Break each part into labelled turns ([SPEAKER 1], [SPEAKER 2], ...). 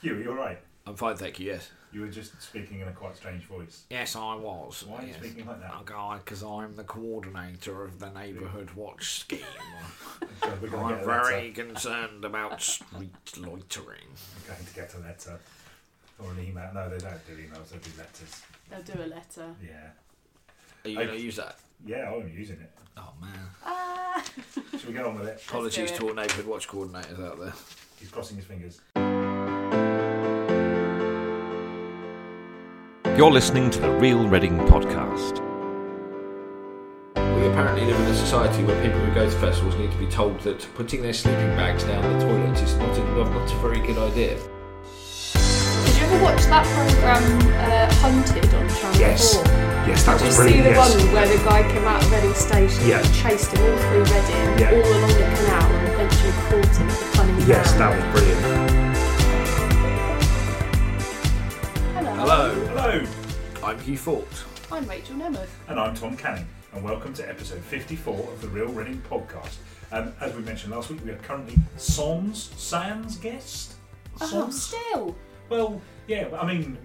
[SPEAKER 1] Hugh, you're right.
[SPEAKER 2] I'm fine, thank you. Yes.
[SPEAKER 1] You were just speaking in a quite strange voice.
[SPEAKER 2] Yes, I was.
[SPEAKER 1] Why are you
[SPEAKER 2] yes.
[SPEAKER 1] speaking like that?
[SPEAKER 2] Because I'm the coordinator of the neighbourhood watch scheme.
[SPEAKER 1] So we're going to get
[SPEAKER 2] I'm
[SPEAKER 1] Oh, a letter.
[SPEAKER 2] very concerned about street loitering.
[SPEAKER 1] We're going to get a letter or an email. No, they don't do emails. They do letters.
[SPEAKER 3] They'll do a letter.
[SPEAKER 1] Yeah.
[SPEAKER 2] Are you
[SPEAKER 1] I-
[SPEAKER 2] going to use that?
[SPEAKER 1] Yeah, I'm using it.
[SPEAKER 2] Oh man!
[SPEAKER 3] Ah!
[SPEAKER 1] Should we get on with it?
[SPEAKER 2] Apologies
[SPEAKER 3] do it.
[SPEAKER 2] to all neighbourhood watch coordinators out there.
[SPEAKER 1] He's crossing his fingers.
[SPEAKER 4] You're listening to the Real Reading Podcast.
[SPEAKER 2] We apparently live in a society where people who go to festivals need to be told that putting their sleeping bags down the toilet is not a, not a very good idea.
[SPEAKER 3] Did you ever watch that program, uh, Hunted on Channel
[SPEAKER 5] Yes.
[SPEAKER 3] 4?
[SPEAKER 5] Yes, that
[SPEAKER 3] Did you
[SPEAKER 5] was
[SPEAKER 3] see
[SPEAKER 5] brilliant.
[SPEAKER 3] the
[SPEAKER 5] yes.
[SPEAKER 3] one where the guy came out of Reading Station
[SPEAKER 5] Yeah.
[SPEAKER 3] and chased him all through Reading,
[SPEAKER 5] Yeah.
[SPEAKER 3] all along the canal, and eventually caught him for punning him
[SPEAKER 5] Yes,
[SPEAKER 3] down?
[SPEAKER 5] that was brilliant.
[SPEAKER 3] Hello.
[SPEAKER 2] Hello,
[SPEAKER 1] Hello,
[SPEAKER 2] I'm Hugh Fort.
[SPEAKER 3] I'm Rachel Nemeth.
[SPEAKER 1] and I'm Tom Canning, and welcome to episode 54 of the Real Running Podcast. Um, as we mentioned last week, we are currently Sans Sans guest.
[SPEAKER 3] Oh, still.
[SPEAKER 1] Well, yeah, but I mean,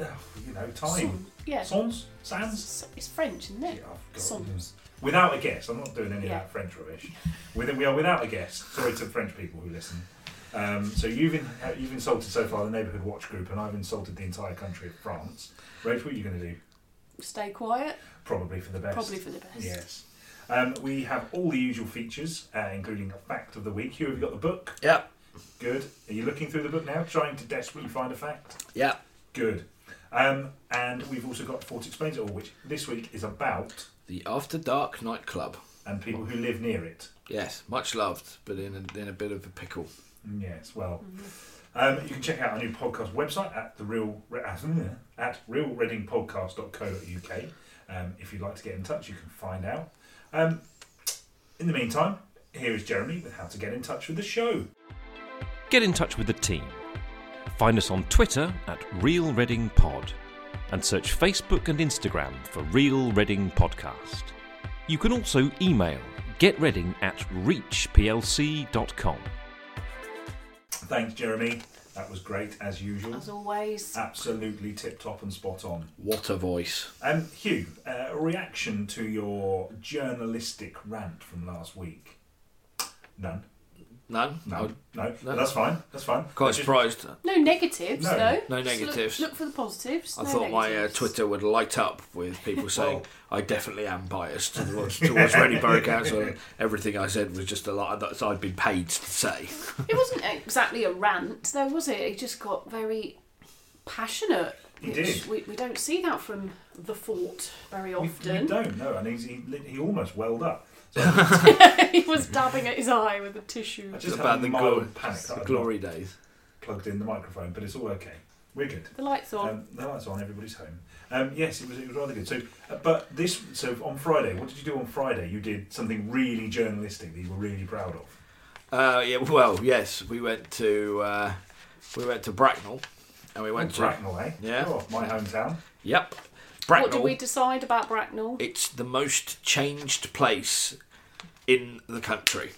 [SPEAKER 1] uh, you know, time.
[SPEAKER 3] Son- yeah.
[SPEAKER 1] Sans Sans.
[SPEAKER 3] S- It's French, isn't
[SPEAKER 1] Yeah,
[SPEAKER 3] it?
[SPEAKER 1] I've got-
[SPEAKER 3] Sons.
[SPEAKER 1] Without a guest, I'm not doing any
[SPEAKER 3] Yeah.
[SPEAKER 1] of that French rubbish. With, we are without a guest. Sorry to the French people who listen. Um, so you've in, you've insulted so far the neighbourhood watch group, and I've insulted the entire country of France. Rach, what are you going to do?
[SPEAKER 3] Stay quiet.
[SPEAKER 1] Probably for the best.
[SPEAKER 3] Probably for the best.
[SPEAKER 1] Yes. Um, we have all the usual features, uh, including a fact of the week. Hugh, have you got the book?
[SPEAKER 2] Yep,
[SPEAKER 1] Good. Are you looking through the book now, trying to desperately find a fact?
[SPEAKER 2] yep.
[SPEAKER 1] Good. Um, and we've also got Fort Explains It All, which this week is about
[SPEAKER 2] The After Dark nightclub.
[SPEAKER 1] and people who live near it.
[SPEAKER 2] Yes, much loved, but in a, in a bit of a pickle.
[SPEAKER 1] Yes, well, um, you can check out our new podcast website at the real Re- at realreadingpodcast.co.uk. Um, if you'd like to get in touch, you can find out. Um, in the meantime, here is Jeremy with how to get in touch with the show.
[SPEAKER 4] Get in touch with the team. Find us on Twitter at Real Reading Pod and search Facebook and Instagram for Real Reading Podcast. You can also email getreading at reachplc.com.
[SPEAKER 1] Thanks, Jeremy. That was great as usual.
[SPEAKER 3] As always.
[SPEAKER 1] Ah. Absolutely tip top and spot on.
[SPEAKER 2] What a voice.
[SPEAKER 1] Um, Hugh, uh, a reaction to your journalistic rant from last week? None.
[SPEAKER 2] None?
[SPEAKER 1] No.
[SPEAKER 2] I'm
[SPEAKER 1] No.
[SPEAKER 2] Oh, no.
[SPEAKER 1] That's fine. That's fine.
[SPEAKER 2] quite
[SPEAKER 1] Just-
[SPEAKER 2] surprised.
[SPEAKER 3] No negatives,
[SPEAKER 1] No.
[SPEAKER 3] though.
[SPEAKER 2] No
[SPEAKER 3] Just look-
[SPEAKER 2] negatives.
[SPEAKER 3] Look, for the positives.
[SPEAKER 2] I
[SPEAKER 3] no
[SPEAKER 2] thought my uh,
[SPEAKER 3] negatives.
[SPEAKER 2] Twitter would light up with people saying I definitely am biased towards, towards Reading Borough Council. and Everything I said was just a lie that I'd been paid to say.
[SPEAKER 3] It wasn't exactly a rant, though, was it? He just got very passionate.
[SPEAKER 1] He
[SPEAKER 3] which
[SPEAKER 1] did.
[SPEAKER 3] We, we don't see that from the fort very
[SPEAKER 1] We-
[SPEAKER 3] often.
[SPEAKER 1] We don't know, and he's, he lit- he almost welled up. So
[SPEAKER 3] he was dabbing at his eye with a tissue.
[SPEAKER 1] I just
[SPEAKER 2] It's
[SPEAKER 1] had
[SPEAKER 2] about
[SPEAKER 1] a
[SPEAKER 2] the,
[SPEAKER 1] mild
[SPEAKER 2] glo-
[SPEAKER 1] panic. that
[SPEAKER 2] the
[SPEAKER 1] I'd
[SPEAKER 2] glory days.
[SPEAKER 1] plugged in the microphone, but it's all okay. We're good.
[SPEAKER 3] The lights on.
[SPEAKER 1] Um, the lights on. Everybody's home. Um, yes, it was it was rather good. So, uh, but this so on Friday, what did you do on Friday? You did something really journalistic that you were really proud of.
[SPEAKER 2] Uh, yeah, well, yes, we went to uh, we went to Bracknell, and we went to
[SPEAKER 1] Bracknell, eh?
[SPEAKER 2] Yeah.
[SPEAKER 1] Oh, my hometown.
[SPEAKER 2] Yep,
[SPEAKER 3] what
[SPEAKER 2] Bracknell.
[SPEAKER 3] did we decide about Bracknell?
[SPEAKER 2] It's the most changed place in the country.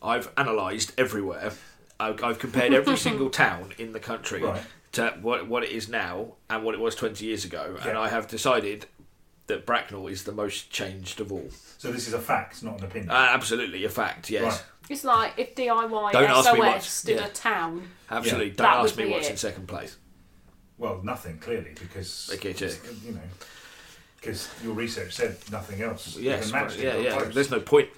[SPEAKER 2] I've analysed everywhere. I've, I've compared every single town in the country
[SPEAKER 1] Right.
[SPEAKER 2] to what what it is now and what it was twenty years ago, and
[SPEAKER 1] Yeah.
[SPEAKER 2] I have decided that Bracknell is the most changed of all.
[SPEAKER 1] So this is a fact, not an opinion.
[SPEAKER 2] Uh, absolutely a fact. Yes.
[SPEAKER 1] Right.
[SPEAKER 3] It's like if DIY
[SPEAKER 2] Don't ask me what-
[SPEAKER 3] SOS did
[SPEAKER 2] yeah.
[SPEAKER 3] a town.
[SPEAKER 2] Absolutely.
[SPEAKER 1] Yeah.
[SPEAKER 2] Don't
[SPEAKER 3] That
[SPEAKER 2] ask
[SPEAKER 3] would
[SPEAKER 2] me
[SPEAKER 3] be
[SPEAKER 2] what's
[SPEAKER 3] it.
[SPEAKER 2] in second place.
[SPEAKER 1] Well, nothing clearly because
[SPEAKER 2] Okay, check.
[SPEAKER 1] you know because your research said nothing else.
[SPEAKER 2] Yes.
[SPEAKER 1] even matched it,
[SPEAKER 2] but- yeah.
[SPEAKER 1] not
[SPEAKER 2] Yeah.
[SPEAKER 1] close.
[SPEAKER 2] There's no point.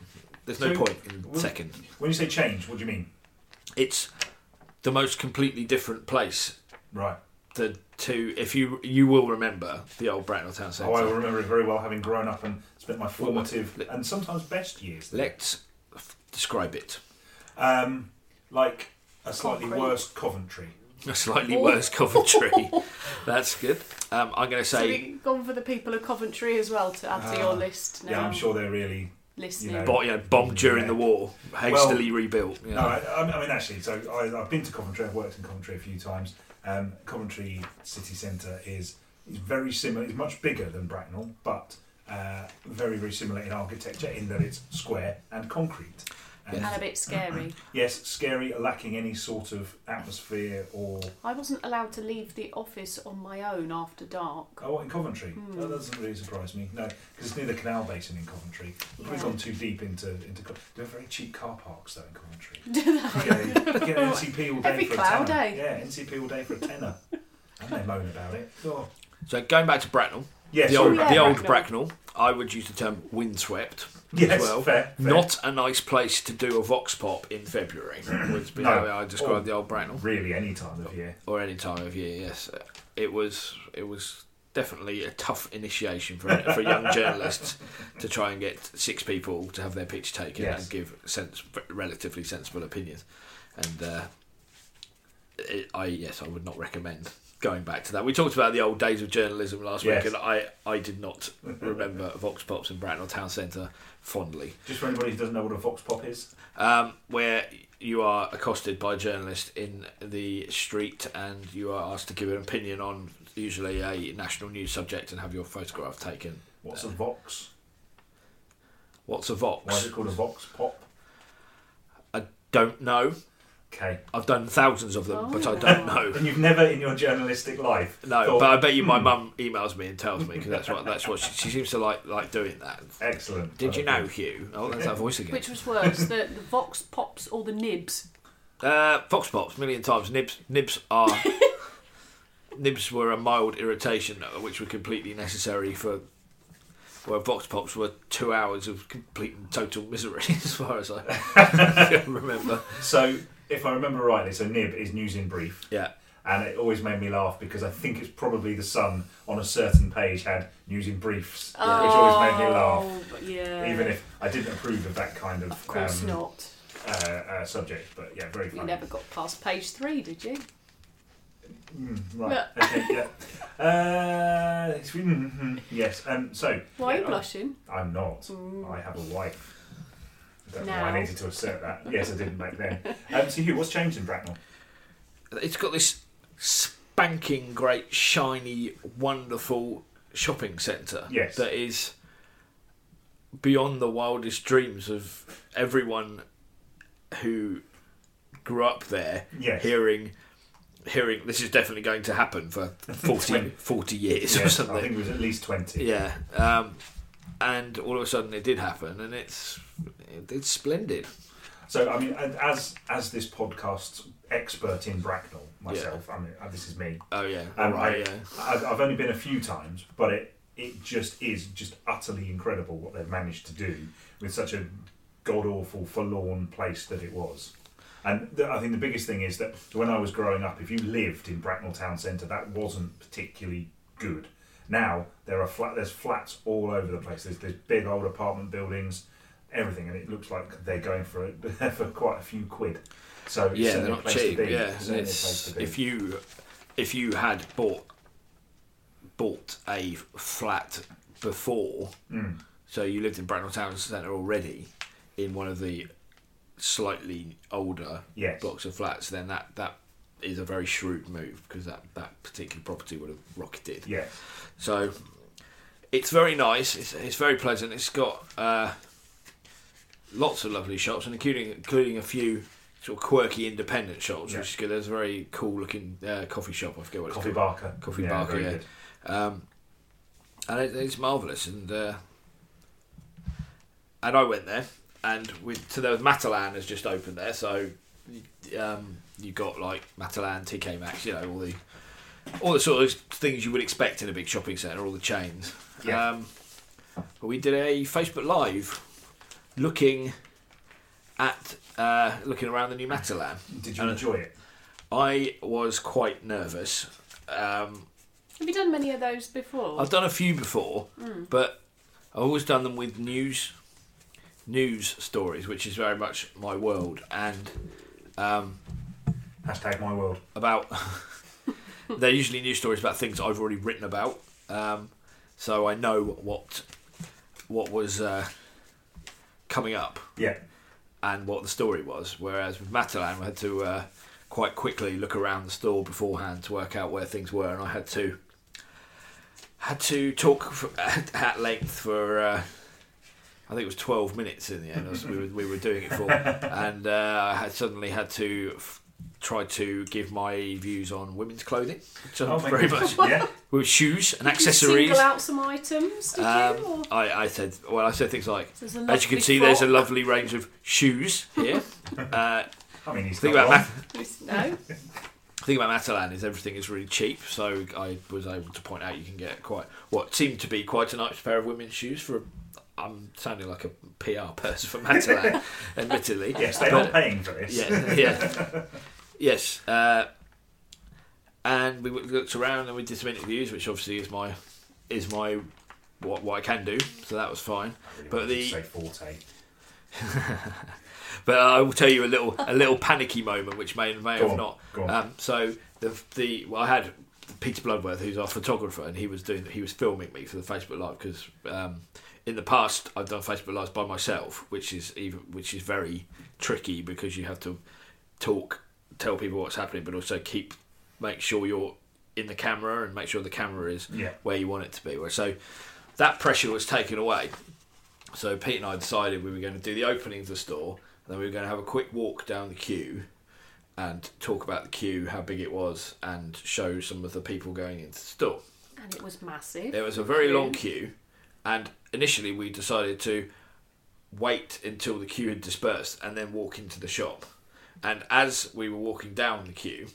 [SPEAKER 2] There's no
[SPEAKER 1] So-
[SPEAKER 2] point in
[SPEAKER 1] well-
[SPEAKER 2] second.
[SPEAKER 1] When you say change, what do you mean?
[SPEAKER 2] It's the most completely different place
[SPEAKER 1] Right.
[SPEAKER 2] the two if you you will remember the old Bracknell Town Centre.
[SPEAKER 1] Oh, I remember it very well, having grown up and spent my formative and sometimes best years. there.
[SPEAKER 2] Let's f- describe it.
[SPEAKER 1] Um, like a slightly
[SPEAKER 3] Concrete.
[SPEAKER 1] worse Coventry.
[SPEAKER 2] A slightly worse Coventry. That's good. Um, I'm going to
[SPEAKER 3] So
[SPEAKER 2] say,
[SPEAKER 3] we've gone for the people of Coventry as well to add to your list now.
[SPEAKER 1] Ah. Yeah, I'm sure they're really.
[SPEAKER 3] Listening.
[SPEAKER 1] you know,
[SPEAKER 2] bo- you know, bombed during
[SPEAKER 1] Yeah.
[SPEAKER 2] the war, hastily rebuilt. You
[SPEAKER 1] No,
[SPEAKER 2] know.
[SPEAKER 1] I, I I mean actually. So I, I've been to Coventry. I've worked in Coventry a few times. Um, Coventry city centre is is very similar. It's much bigger than Bracknell, but uh, very very similar in architecture in that it's square and concrete. And-
[SPEAKER 3] and a bit scary.
[SPEAKER 1] Yes, scary, lacking any sort of atmosphere or
[SPEAKER 3] I wasn't allowed to leave the office on my own after dark.
[SPEAKER 1] oh, what, in Coventry. That doesn't really surprise me. No, because it's near the canal basin in Coventry. We've probably
[SPEAKER 3] Yeah.
[SPEAKER 1] gone too deep into into. Co- They're very cheap car parks though in Coventry. Do they? Yeah, you get an NCP all day
[SPEAKER 3] Every
[SPEAKER 1] for
[SPEAKER 3] cloud,
[SPEAKER 1] a tenner.
[SPEAKER 3] eh?
[SPEAKER 1] Yeah, NCP all day for a tenner, and they moan about it. Oh.
[SPEAKER 2] So going back to Bracknell,
[SPEAKER 1] Yeah,
[SPEAKER 2] the
[SPEAKER 1] sorry
[SPEAKER 2] old,
[SPEAKER 1] about
[SPEAKER 2] the
[SPEAKER 1] that.
[SPEAKER 2] old Bracknell, I would use the term windswept.
[SPEAKER 1] Yes,
[SPEAKER 2] as well.
[SPEAKER 1] fair, fair.
[SPEAKER 2] Not a nice place to do a vox pop in February, would be
[SPEAKER 1] No.
[SPEAKER 2] how I describe
[SPEAKER 1] Or-
[SPEAKER 2] the old Bracknell,
[SPEAKER 1] really any time of year.
[SPEAKER 2] or any time of year. Yes, it was. It was definitely a tough initiation for for young journalists to try and get six people to have their pitch taken
[SPEAKER 1] Yes.
[SPEAKER 2] and give sense, relatively sensible opinions. And uh, it, I yes, I would not recommend going back to that. We talked about the old days of journalism last
[SPEAKER 1] Yes.
[SPEAKER 2] week, and I I did not remember vox pops in Bracknell Town Centre fondly
[SPEAKER 1] Just for anybody who doesn't know what a vox pop is,
[SPEAKER 2] um, where you are accosted by a journalist in the street and you are asked to give an opinion on usually a national news subject and have your photograph taken.
[SPEAKER 1] what's a vox?
[SPEAKER 2] What's a
[SPEAKER 1] Why is
[SPEAKER 2] vox?
[SPEAKER 1] it called a vox pop?
[SPEAKER 2] I don't know.
[SPEAKER 1] Okay.
[SPEAKER 2] I've done thousands of them, but I don't know.
[SPEAKER 1] And you've never in your journalistic life
[SPEAKER 2] No,
[SPEAKER 1] Oh. thought,
[SPEAKER 2] but I bet you my mum emails me and tells me because that's what that's what she, she seems to like like doing that.
[SPEAKER 1] excellent.
[SPEAKER 2] Did you know, Hugh? Oh, that's that voice again.
[SPEAKER 3] Which was worse, the, the Vox Pops or the Nibs?
[SPEAKER 2] Uh, Fox Pops, million times. Nibs, nibs are. nibs were a mild irritation, uh, which were completely necessary for. Well, Vox Pops were two hours of complete and total misery, as far as I can remember.
[SPEAKER 1] So, if I remember rightly, so Nib is news in brief,
[SPEAKER 2] Yeah.
[SPEAKER 1] and it always made me laugh because I think it's probably the Sun on a certain page had news in briefs, which always made me laugh,
[SPEAKER 3] Oh, but yeah.
[SPEAKER 1] even if I didn't approve of that kind of,
[SPEAKER 3] Of course
[SPEAKER 1] um,
[SPEAKER 3] not.
[SPEAKER 1] Uh, uh, subject. But yeah, very
[SPEAKER 3] You
[SPEAKER 1] funny.
[SPEAKER 3] never got past page three, did you?
[SPEAKER 1] Mm, Right. okay. Yeah. Uh, it's- mm, mm, yes. Um, so
[SPEAKER 3] Why are you
[SPEAKER 1] Yeah,
[SPEAKER 3] blushing?
[SPEAKER 1] I'm not. I have a wife. I don't know why
[SPEAKER 3] Now.
[SPEAKER 1] I needed to assert that. Yes, I didn't back then. Um, so, Hugh, what's changed in Bracknell?
[SPEAKER 2] It's got this spanking great, shiny, wonderful shopping centre
[SPEAKER 1] Yes.
[SPEAKER 2] that is beyond the wildest dreams of everyone who grew up there
[SPEAKER 1] Yes.
[SPEAKER 2] hearing hearing this is definitely going to happen for 40, 40 years or
[SPEAKER 1] Yes, I
[SPEAKER 2] something
[SPEAKER 1] think it was at least twenty.
[SPEAKER 2] yeah um, and all of a sudden it did happen and it's it's splendid
[SPEAKER 1] So I mean, and as as this podcast's expert in Bracknell myself, I mean, uh, this is me.
[SPEAKER 2] oh yeah
[SPEAKER 1] Um,
[SPEAKER 2] right
[SPEAKER 1] I,
[SPEAKER 2] yeah
[SPEAKER 1] I've, I've only been a few times, but it it just is just utterly incredible what they've managed to do with such a god awful forlorn place that it was. And the, I think the biggest thing is that when I was growing up, if you lived in Bracknell town centre, that wasn't particularly good. Now there are flat, there's flats all over the place. There's, there's big old apartment buildings, everything, and it looks like they're going for it for quite a few quid. So it's
[SPEAKER 2] yeah
[SPEAKER 1] certainly
[SPEAKER 2] they're
[SPEAKER 1] a
[SPEAKER 2] not
[SPEAKER 1] place to
[SPEAKER 2] cheap
[SPEAKER 1] be.
[SPEAKER 2] yeah
[SPEAKER 1] Certainly a place
[SPEAKER 2] it's,
[SPEAKER 1] to be.
[SPEAKER 2] if you if you had bought bought a flat before
[SPEAKER 1] Mm.
[SPEAKER 2] so you lived in Bracknell Town Centre already in one of the slightly older
[SPEAKER 1] Yes.
[SPEAKER 2] blocks of flats then that that is a very shrewd move because that that particular property would have rocketed
[SPEAKER 1] yes.
[SPEAKER 2] so it's very nice. It's, it's very pleasant. It's got uh, lots of lovely shops, and including including a few sort of quirky independent shops,
[SPEAKER 1] Yeah.
[SPEAKER 2] which is good. There's a very cool looking uh, coffee shop. I forget what
[SPEAKER 1] Coffee
[SPEAKER 2] it's called.
[SPEAKER 1] Barker.
[SPEAKER 2] Coffee
[SPEAKER 1] Yeah,
[SPEAKER 2] Barker.
[SPEAKER 1] very
[SPEAKER 2] Yeah.
[SPEAKER 1] good.
[SPEAKER 2] Um, and it, it's marvelous. And uh, and I went there, and with so there was Matalan has just opened there, so um, you got like Matalan, TK Maxx, you know all the all the sort of things you would expect in a big shopping centre, all the chains.
[SPEAKER 1] Yeah.
[SPEAKER 2] Um, but we did a Facebook Live looking at uh, looking around the new Matalan.
[SPEAKER 1] Did you enjoy it?
[SPEAKER 2] I was quite nervous. Um,
[SPEAKER 3] Have you done many of those before?
[SPEAKER 2] I've done a few before, but I've always done them with news news stories, which is very much my world. And um,
[SPEAKER 1] Hashtag my world.
[SPEAKER 2] about they're usually news stories about things I've already written about, um, so I know what what was uh, coming up
[SPEAKER 1] Yeah.
[SPEAKER 2] and what the story was. Whereas with Matalan, we had to uh, quite quickly look around the store beforehand to work out where things were, and I had to had to talk for, at, at length for uh, I think it was 12 minutes in the end. as we, were, we were doing it for, and uh, I had suddenly had to f- try to give my views on women's clothing, which I'm
[SPEAKER 1] my
[SPEAKER 2] very
[SPEAKER 1] goodness.
[SPEAKER 2] much
[SPEAKER 1] Yeah.
[SPEAKER 2] with shoes and
[SPEAKER 3] Oh Did you
[SPEAKER 2] accessories.
[SPEAKER 3] single out some items, did you? Or?
[SPEAKER 2] Um, I, I said, well, I said things like,
[SPEAKER 3] There's a
[SPEAKER 2] as you can
[SPEAKER 3] lovely
[SPEAKER 2] see, there's a
[SPEAKER 3] frock.
[SPEAKER 2] lovely range of shoes here. uh,
[SPEAKER 1] I mean, he's
[SPEAKER 2] think
[SPEAKER 1] not
[SPEAKER 2] about
[SPEAKER 1] wrong.
[SPEAKER 2] Ma-
[SPEAKER 3] No.
[SPEAKER 2] The thing about Matalan is everything is really cheap, so I was able to point out you can get quite what seemed to be quite a nice pair of women's shoes for. I'm sounding like a PR person for Matalan, admittedly.
[SPEAKER 1] Yes, they are
[SPEAKER 2] But-
[SPEAKER 1] paying for this.
[SPEAKER 2] Yeah, yeah, yes. Uh, and we looked around and we did some interviews, which obviously is my is my what what I can do. So that was fine.
[SPEAKER 1] I really
[SPEAKER 2] But
[SPEAKER 1] wanted to
[SPEAKER 2] the-
[SPEAKER 1] say forte.
[SPEAKER 2] But I will tell you a little a little panicky moment, which may may
[SPEAKER 1] Go
[SPEAKER 2] have
[SPEAKER 1] on,
[SPEAKER 2] not.
[SPEAKER 1] go on.
[SPEAKER 2] Um, so the the well, I had Peter Bloodworth, who's our photographer, and he was doing he was filming me for the Facebook Live because um, in the past I've done Facebook Lives by myself, which is even which is very tricky because you have to talk, tell people what's happening, but also keep make sure you're in the camera and make sure the camera is
[SPEAKER 1] Yeah.
[SPEAKER 2] where you want it to be. So that pressure was taken away. So Pete and I decided we were going to do the opening of the store, and then we were going to have a quick walk down the queue and talk about the queue, how big it was, and show some of the people going into the store.
[SPEAKER 3] And it was massive.
[SPEAKER 2] There was a very long queue, and initially we decided to wait until the queue had dispersed and then walk into the shop. And as we were walking down the queue,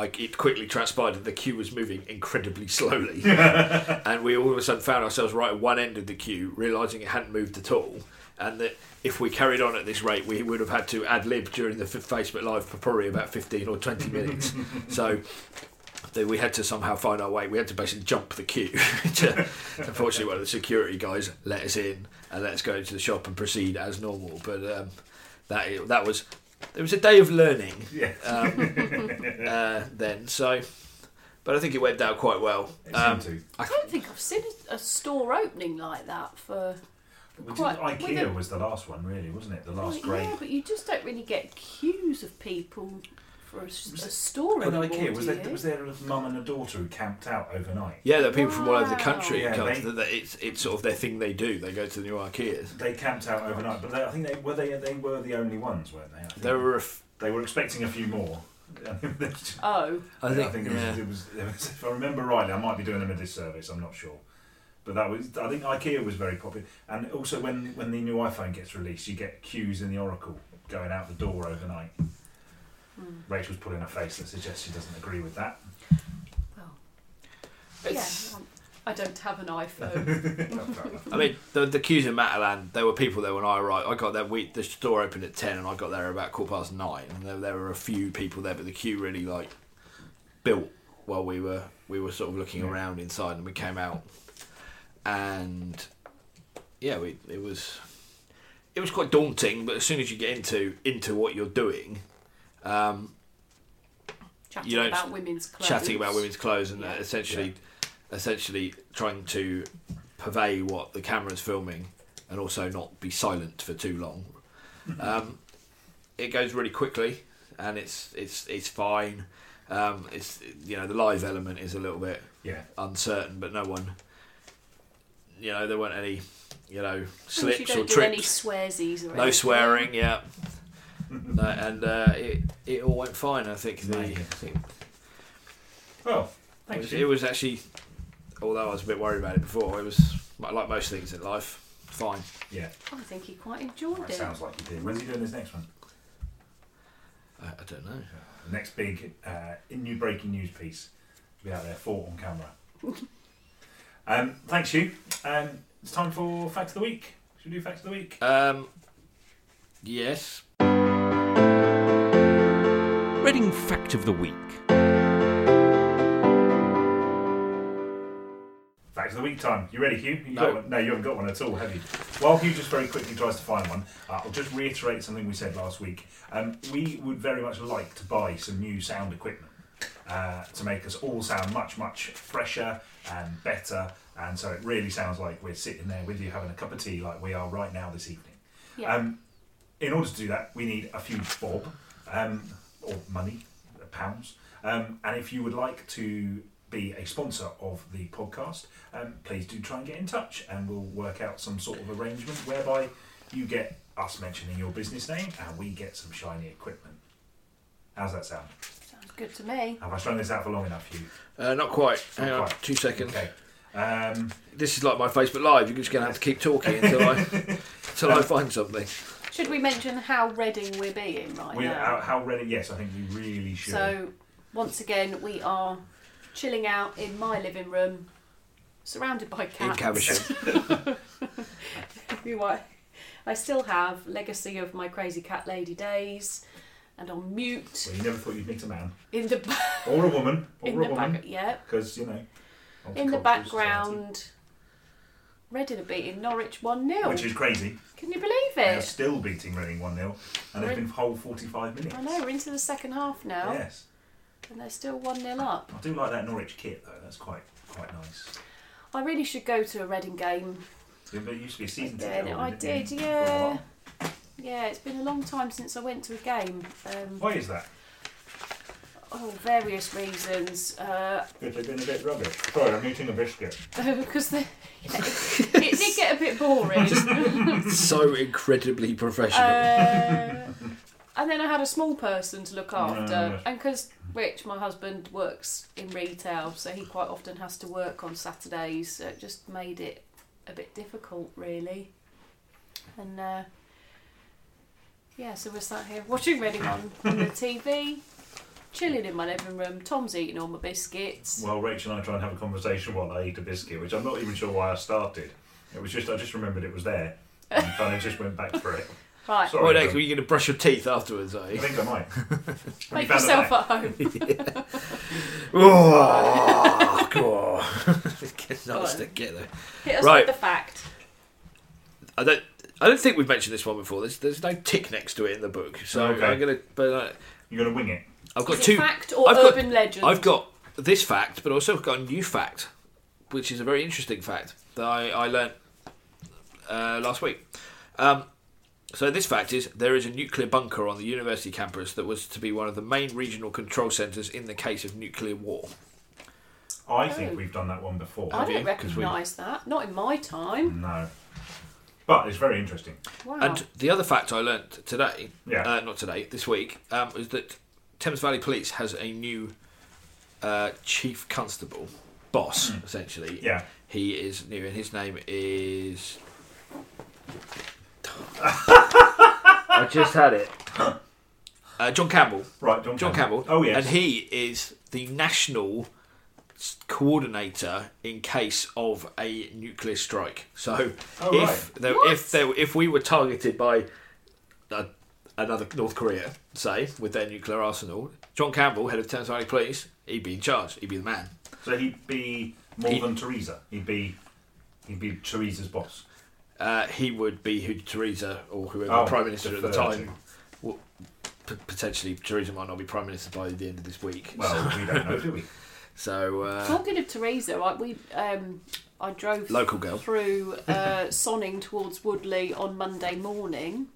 [SPEAKER 2] I, it quickly transpired that the queue was moving incredibly slowly, and we all of a sudden found ourselves right at one end of the queue, realizing it hadn't moved at all, and that if we carried on at this rate, we would have had to ad lib during the f- Facebook Live for probably about fifteen or twenty minutes. so that we had to somehow find our way. We had to basically jump the queue. to, unfortunately, one of the security guys let us in and let us go into the shop and proceed as normal. But um, that that was it was a day of learning
[SPEAKER 1] Yeah.
[SPEAKER 2] um, uh, then. So, but I think it went down quite well.
[SPEAKER 1] It
[SPEAKER 2] Um,
[SPEAKER 1] seemed
[SPEAKER 2] I,
[SPEAKER 3] I don't think I've seen a, a store opening like that for.
[SPEAKER 1] to. We
[SPEAKER 3] quite-
[SPEAKER 1] did-
[SPEAKER 3] we
[SPEAKER 1] IKEA
[SPEAKER 3] don't-
[SPEAKER 1] was the last one, really, wasn't it? The
[SPEAKER 2] Oh,
[SPEAKER 1] last
[SPEAKER 3] Right,
[SPEAKER 1] great.
[SPEAKER 3] Yeah, but you just don't really get queues of people for a, s- a store
[SPEAKER 1] At
[SPEAKER 3] anymore.
[SPEAKER 1] IKEA, was
[SPEAKER 3] do
[SPEAKER 1] there,
[SPEAKER 3] you?
[SPEAKER 1] was there a mum and a daughter who camped out overnight?
[SPEAKER 2] yeah, there are people from all over the country.
[SPEAKER 1] Wow.
[SPEAKER 2] who come
[SPEAKER 1] Yeah,
[SPEAKER 2] to
[SPEAKER 1] they-
[SPEAKER 2] the- it's it's sort of their thing they do. They go to the new IKEAs.
[SPEAKER 1] They camped out overnight, but they, I think they were they they were the only ones, weren't they? I think
[SPEAKER 2] There were, a f-
[SPEAKER 1] they were expecting a few more.
[SPEAKER 3] Oh,
[SPEAKER 2] I think,
[SPEAKER 1] it, was,
[SPEAKER 2] yeah.
[SPEAKER 1] it, was, it was- if I remember rightly, I might be doing them a disservice. I'm not sure, but that was I think IKEA was very popular, and also when when the new iPhone gets released, you get queues in the Oracle going out the door overnight. Rachel's pulling a face that suggests she doesn't agree with that.
[SPEAKER 3] well,
[SPEAKER 2] It's-
[SPEAKER 3] yeah. um, I don't have an iPhone.
[SPEAKER 2] I mean, the, the queues in Matalan, there were people there when I arrived. I got there, we, the store opened at 10 and I got there about quarter past nine. And there, there were a few people there, but the queue really like built while we were we were sort of looking
[SPEAKER 1] Yeah.
[SPEAKER 2] around inside and we came out. And yeah, we, it was it was quite daunting, but as soon as you get into into what you're doing, um,
[SPEAKER 3] chatting
[SPEAKER 2] You don't-
[SPEAKER 3] about women's clothes.
[SPEAKER 2] chatting about women's clothes and uh
[SPEAKER 3] Yeah.
[SPEAKER 2] essentially essentially trying to purvey what the camera's filming and also not be silent for too long
[SPEAKER 3] Mm-hmm.
[SPEAKER 2] um, it goes really quickly and it's it's it's fine um, it's you know the live element is a little bit
[SPEAKER 1] yeah,
[SPEAKER 2] uncertain but no one you know there weren't any you know
[SPEAKER 3] As long as you
[SPEAKER 2] slips
[SPEAKER 3] don't
[SPEAKER 2] or
[SPEAKER 3] do any
[SPEAKER 2] trips
[SPEAKER 3] swearsies or
[SPEAKER 2] no
[SPEAKER 3] anything.
[SPEAKER 2] swearing yeah no, and uh, it it all went fine I think the
[SPEAKER 1] Amazing.
[SPEAKER 2] I think
[SPEAKER 1] Oh. well,
[SPEAKER 2] it
[SPEAKER 1] thank
[SPEAKER 2] was, it
[SPEAKER 1] you.
[SPEAKER 2] was actually, although I was a bit worried about it before, it was like most things in life, fine.
[SPEAKER 1] Yeah,
[SPEAKER 3] I think he quite enjoyed
[SPEAKER 1] that
[SPEAKER 3] it.
[SPEAKER 1] sounds like you did. When's he doing this next one?
[SPEAKER 2] I, I don't know.
[SPEAKER 1] The next big uh, in new breaking news piece to be out there, fought on camera. um, thanks, Hugh. Um, it's time for fact of the week. Should we do fact of the week?
[SPEAKER 2] Um, yes,
[SPEAKER 4] Reading Fact of the Week.
[SPEAKER 1] Fact of the week time. You ready, Hugh? You
[SPEAKER 2] No.
[SPEAKER 1] Got one? no, you haven't got one at all, have you? While Hugh just very quickly tries to find one, uh, I'll just reiterate something we said last week. Um, we would very much like to buy some new sound equipment uh, to make us all sound much, much fresher and better. And so it really sounds like we're sitting there with you having a cup of tea like we are right now this evening.
[SPEAKER 3] Yeah.
[SPEAKER 1] Um, in order to do that, we need a few bob um, or money, pounds. Um, and if you would like to be a sponsor of the podcast, um, please do try and get in touch and we'll work out some sort of arrangement whereby you get us mentioning your business name and we get some shiny equipment. How's that sound?
[SPEAKER 3] Sounds good to me.
[SPEAKER 1] Have I strung this out for long enough, Hugh?
[SPEAKER 2] Uh, not quite. Hang
[SPEAKER 1] Not
[SPEAKER 2] on,
[SPEAKER 1] quite.
[SPEAKER 2] two seconds.
[SPEAKER 1] Okay. Um,
[SPEAKER 2] This is like my Facebook Live. You're just going to have to keep talking until I until I find something.
[SPEAKER 3] Should we mention how Reading we're being right
[SPEAKER 1] we,
[SPEAKER 3] now?
[SPEAKER 1] how, how ready? Yes, I think we really should.
[SPEAKER 3] So, once again, we are chilling out in my living room, surrounded by
[SPEAKER 2] In
[SPEAKER 3] cats.
[SPEAKER 2] Caversham.
[SPEAKER 3] We wa- I still have legacy of my crazy cat lady days, and on mute
[SPEAKER 1] well, you never thought you'd meet a man
[SPEAKER 3] in the ba-
[SPEAKER 1] or a woman or
[SPEAKER 3] in
[SPEAKER 1] a
[SPEAKER 3] the
[SPEAKER 1] woman
[SPEAKER 3] back. Yeah,
[SPEAKER 1] because you know.
[SPEAKER 3] in the
[SPEAKER 1] multicultural
[SPEAKER 3] background. Reading are beating Norwich one
[SPEAKER 1] society,
[SPEAKER 3] 0
[SPEAKER 1] which is crazy.
[SPEAKER 3] Can you believe
[SPEAKER 1] They are
[SPEAKER 3] it?
[SPEAKER 1] still beating Reading one 0 and they've been whole forty five minutes.
[SPEAKER 3] I know we're into the second half now,
[SPEAKER 1] Yes,
[SPEAKER 3] and they're still one 0 up.
[SPEAKER 1] I do like that Norwich kit though. That's quite quite nice.
[SPEAKER 3] I really should go to a Reading game.
[SPEAKER 1] Yeah, but It used to be a season
[SPEAKER 3] I
[SPEAKER 1] ticket.
[SPEAKER 3] did,
[SPEAKER 1] holder,
[SPEAKER 3] I
[SPEAKER 1] didn't it,
[SPEAKER 3] did,
[SPEAKER 1] for a while?
[SPEAKER 3] Yeah, it's been a long time since I went to a game. Um,
[SPEAKER 1] Why is that?
[SPEAKER 3] oh, various reasons. Uh,
[SPEAKER 1] Because they've been a bit rubbish. Sorry, I'm eating a biscuit.
[SPEAKER 3] because the, it, did get a bit boring.
[SPEAKER 2] so incredibly professional.
[SPEAKER 3] Uh, and then I had a small person to look after,
[SPEAKER 1] Right.
[SPEAKER 3] and because Rich, my husband, works in retail, so he quite often has to work on Saturdays. So it just made it a bit difficult, really. And uh, yeah, so we're sat here watching Reading on, on the TV, chilling in my living room. Tom's eating all my biscuits.
[SPEAKER 1] Well, Rachel and I try and have a conversation while I eat a biscuit, which I'm not even sure why I started. It was just I just remembered it was there, and kind of just went back for it.
[SPEAKER 3] Right,
[SPEAKER 1] Sorry,
[SPEAKER 2] Wait,
[SPEAKER 1] Bill.
[SPEAKER 2] Nick, are you going to brush your teeth afterwards, are
[SPEAKER 1] I
[SPEAKER 2] you?
[SPEAKER 1] think I might. Have you
[SPEAKER 3] make
[SPEAKER 1] found a
[SPEAKER 3] yourself
[SPEAKER 1] bag?
[SPEAKER 3] at home.
[SPEAKER 2] Oh, come on. Get nice
[SPEAKER 3] Go on.
[SPEAKER 2] together.
[SPEAKER 3] Hit us
[SPEAKER 2] Right.
[SPEAKER 3] with the fact.
[SPEAKER 2] I don't. I don't think we've mentioned this one before. There's, there's no tick next to it in the book, so
[SPEAKER 1] Okay.
[SPEAKER 2] I'm gonna. But uh,
[SPEAKER 1] You're gonna wing it.
[SPEAKER 2] I've
[SPEAKER 3] Is
[SPEAKER 2] got
[SPEAKER 3] it
[SPEAKER 2] two.
[SPEAKER 3] fact or
[SPEAKER 2] I've got-
[SPEAKER 3] urban legend?
[SPEAKER 2] I've got this fact, but also I've got a new fact, which is a very interesting fact that I, I learnt uh, last week. Um, so this fact is there is a nuclear bunker on the university campus that was to be one of the main regional control centres in the case of nuclear war.
[SPEAKER 1] I
[SPEAKER 3] Oh.
[SPEAKER 1] think we've done that one before.
[SPEAKER 3] I don't
[SPEAKER 2] you? 'Cause we-
[SPEAKER 3] recognise that. Not in my time.
[SPEAKER 1] No, but it's very interesting.
[SPEAKER 3] Wow.
[SPEAKER 2] Mm. And the other fact I learnt today,
[SPEAKER 1] Yeah.
[SPEAKER 2] uh, not today, this week, um, was that Thames Valley Police has a new uh, chief constable, boss, essentially.
[SPEAKER 1] Hmm. Yeah.
[SPEAKER 2] He is new, and his name is. I just had it. Uh, John Campbell.
[SPEAKER 1] Right, John,
[SPEAKER 2] John Campbell.
[SPEAKER 1] Campbell. Oh yes.
[SPEAKER 2] And he is the national s- coordinator in case of a nuclear strike. So
[SPEAKER 1] Oh,
[SPEAKER 2] if there, if there, if we were targeted by uh, another North Korea, say with their nuclear arsenal, John Campbell, head of Thames Valley Police, he'd be in charge. He'd be the man.
[SPEAKER 1] So he'd be more
[SPEAKER 2] He-
[SPEAKER 1] than Teresa. He'd be he'd be Teresa's boss.
[SPEAKER 2] Uh, he would be who Theresa or whoever
[SPEAKER 1] Oh,
[SPEAKER 2] prime minister at the
[SPEAKER 1] defer to.
[SPEAKER 2] time. Well, p- potentially, Theresa might not be prime minister by the end of this week.
[SPEAKER 1] Well, we don't know, do we?
[SPEAKER 2] So uh,
[SPEAKER 3] Talking of Teresa, right, we um, I drove
[SPEAKER 2] local girl.
[SPEAKER 3] through uh, Sonning towards Woodley on Monday morning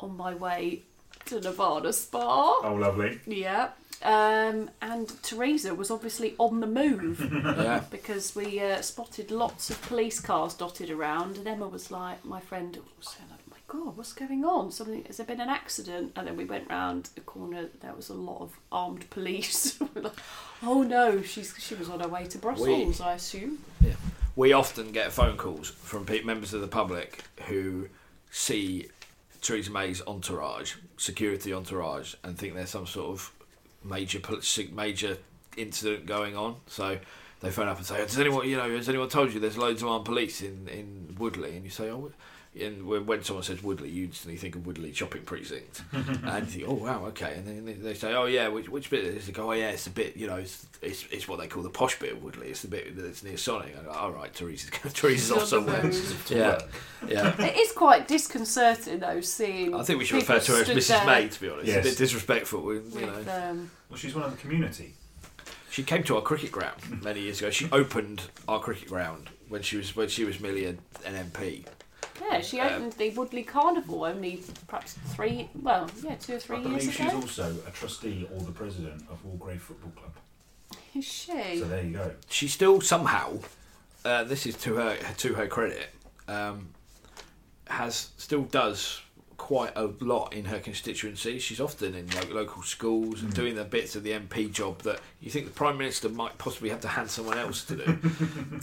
[SPEAKER 3] on my way to Nevada Spa.
[SPEAKER 1] Oh, lovely.
[SPEAKER 3] Yeah. Um, and Teresa was obviously on the move
[SPEAKER 2] Yeah.
[SPEAKER 3] because we uh, spotted lots of police cars dotted around, and Emma was like, "My friend was like, my God, what's going on? Something has there been an accident?" And then we went round the corner. There was a lot of armed police. We're like, oh no, she's she was on her way to Brussels, I assume.
[SPEAKER 2] we often get phone calls from pe- members of the public who see Theresa May's entourage, security entourage, and think there's some sort of major pol- sig- major incident going on. So they phone up and say, "Has anyone, you know, has anyone told you there's loads of armed police in in Woodley?" And you say, "Oh." And when when someone says Woodley, you instantly think of Woodley shopping precinct, and you think, "Oh wow, okay." And then they- they say, "Oh yeah, which, which bit?" They go, "Oh yeah, it's the bit, you know, it's, it's it's what they call the posh bit of Woodley. It's the bit that's near Sonic." I go, "All right, Teresa's Teresa's off
[SPEAKER 3] She's on the
[SPEAKER 2] somewhere."
[SPEAKER 3] move.
[SPEAKER 2] Yeah, yeah.
[SPEAKER 3] It is quite disconcerting though, seeing.
[SPEAKER 2] I think we should
[SPEAKER 3] people
[SPEAKER 2] refer to her as
[SPEAKER 3] stood
[SPEAKER 2] Mrs.
[SPEAKER 3] there
[SPEAKER 2] May, to be honest.
[SPEAKER 1] Yes.
[SPEAKER 2] It's a bit disrespectful, we- you know.
[SPEAKER 3] With, um,
[SPEAKER 1] Well, she's one of the community.
[SPEAKER 2] She came to our cricket ground many years ago. She opened our cricket ground when she was when she was merely a, an MP.
[SPEAKER 3] yeah, she
[SPEAKER 2] Um,
[SPEAKER 3] opened the Woodley Carnival only perhaps three, well, yeah, two or
[SPEAKER 1] I
[SPEAKER 3] three years
[SPEAKER 1] believe
[SPEAKER 3] ago.
[SPEAKER 1] she's also a trustee or the president of Walgrave Football Club.
[SPEAKER 3] Is she?
[SPEAKER 1] So there you go.
[SPEAKER 2] she still somehow, uh, this is to her to her credit, um, has still does quite a lot in her constituency. She's often in like, local schools and doing the bits of the MP job that you think the Prime Minister might possibly have to hand someone else to do.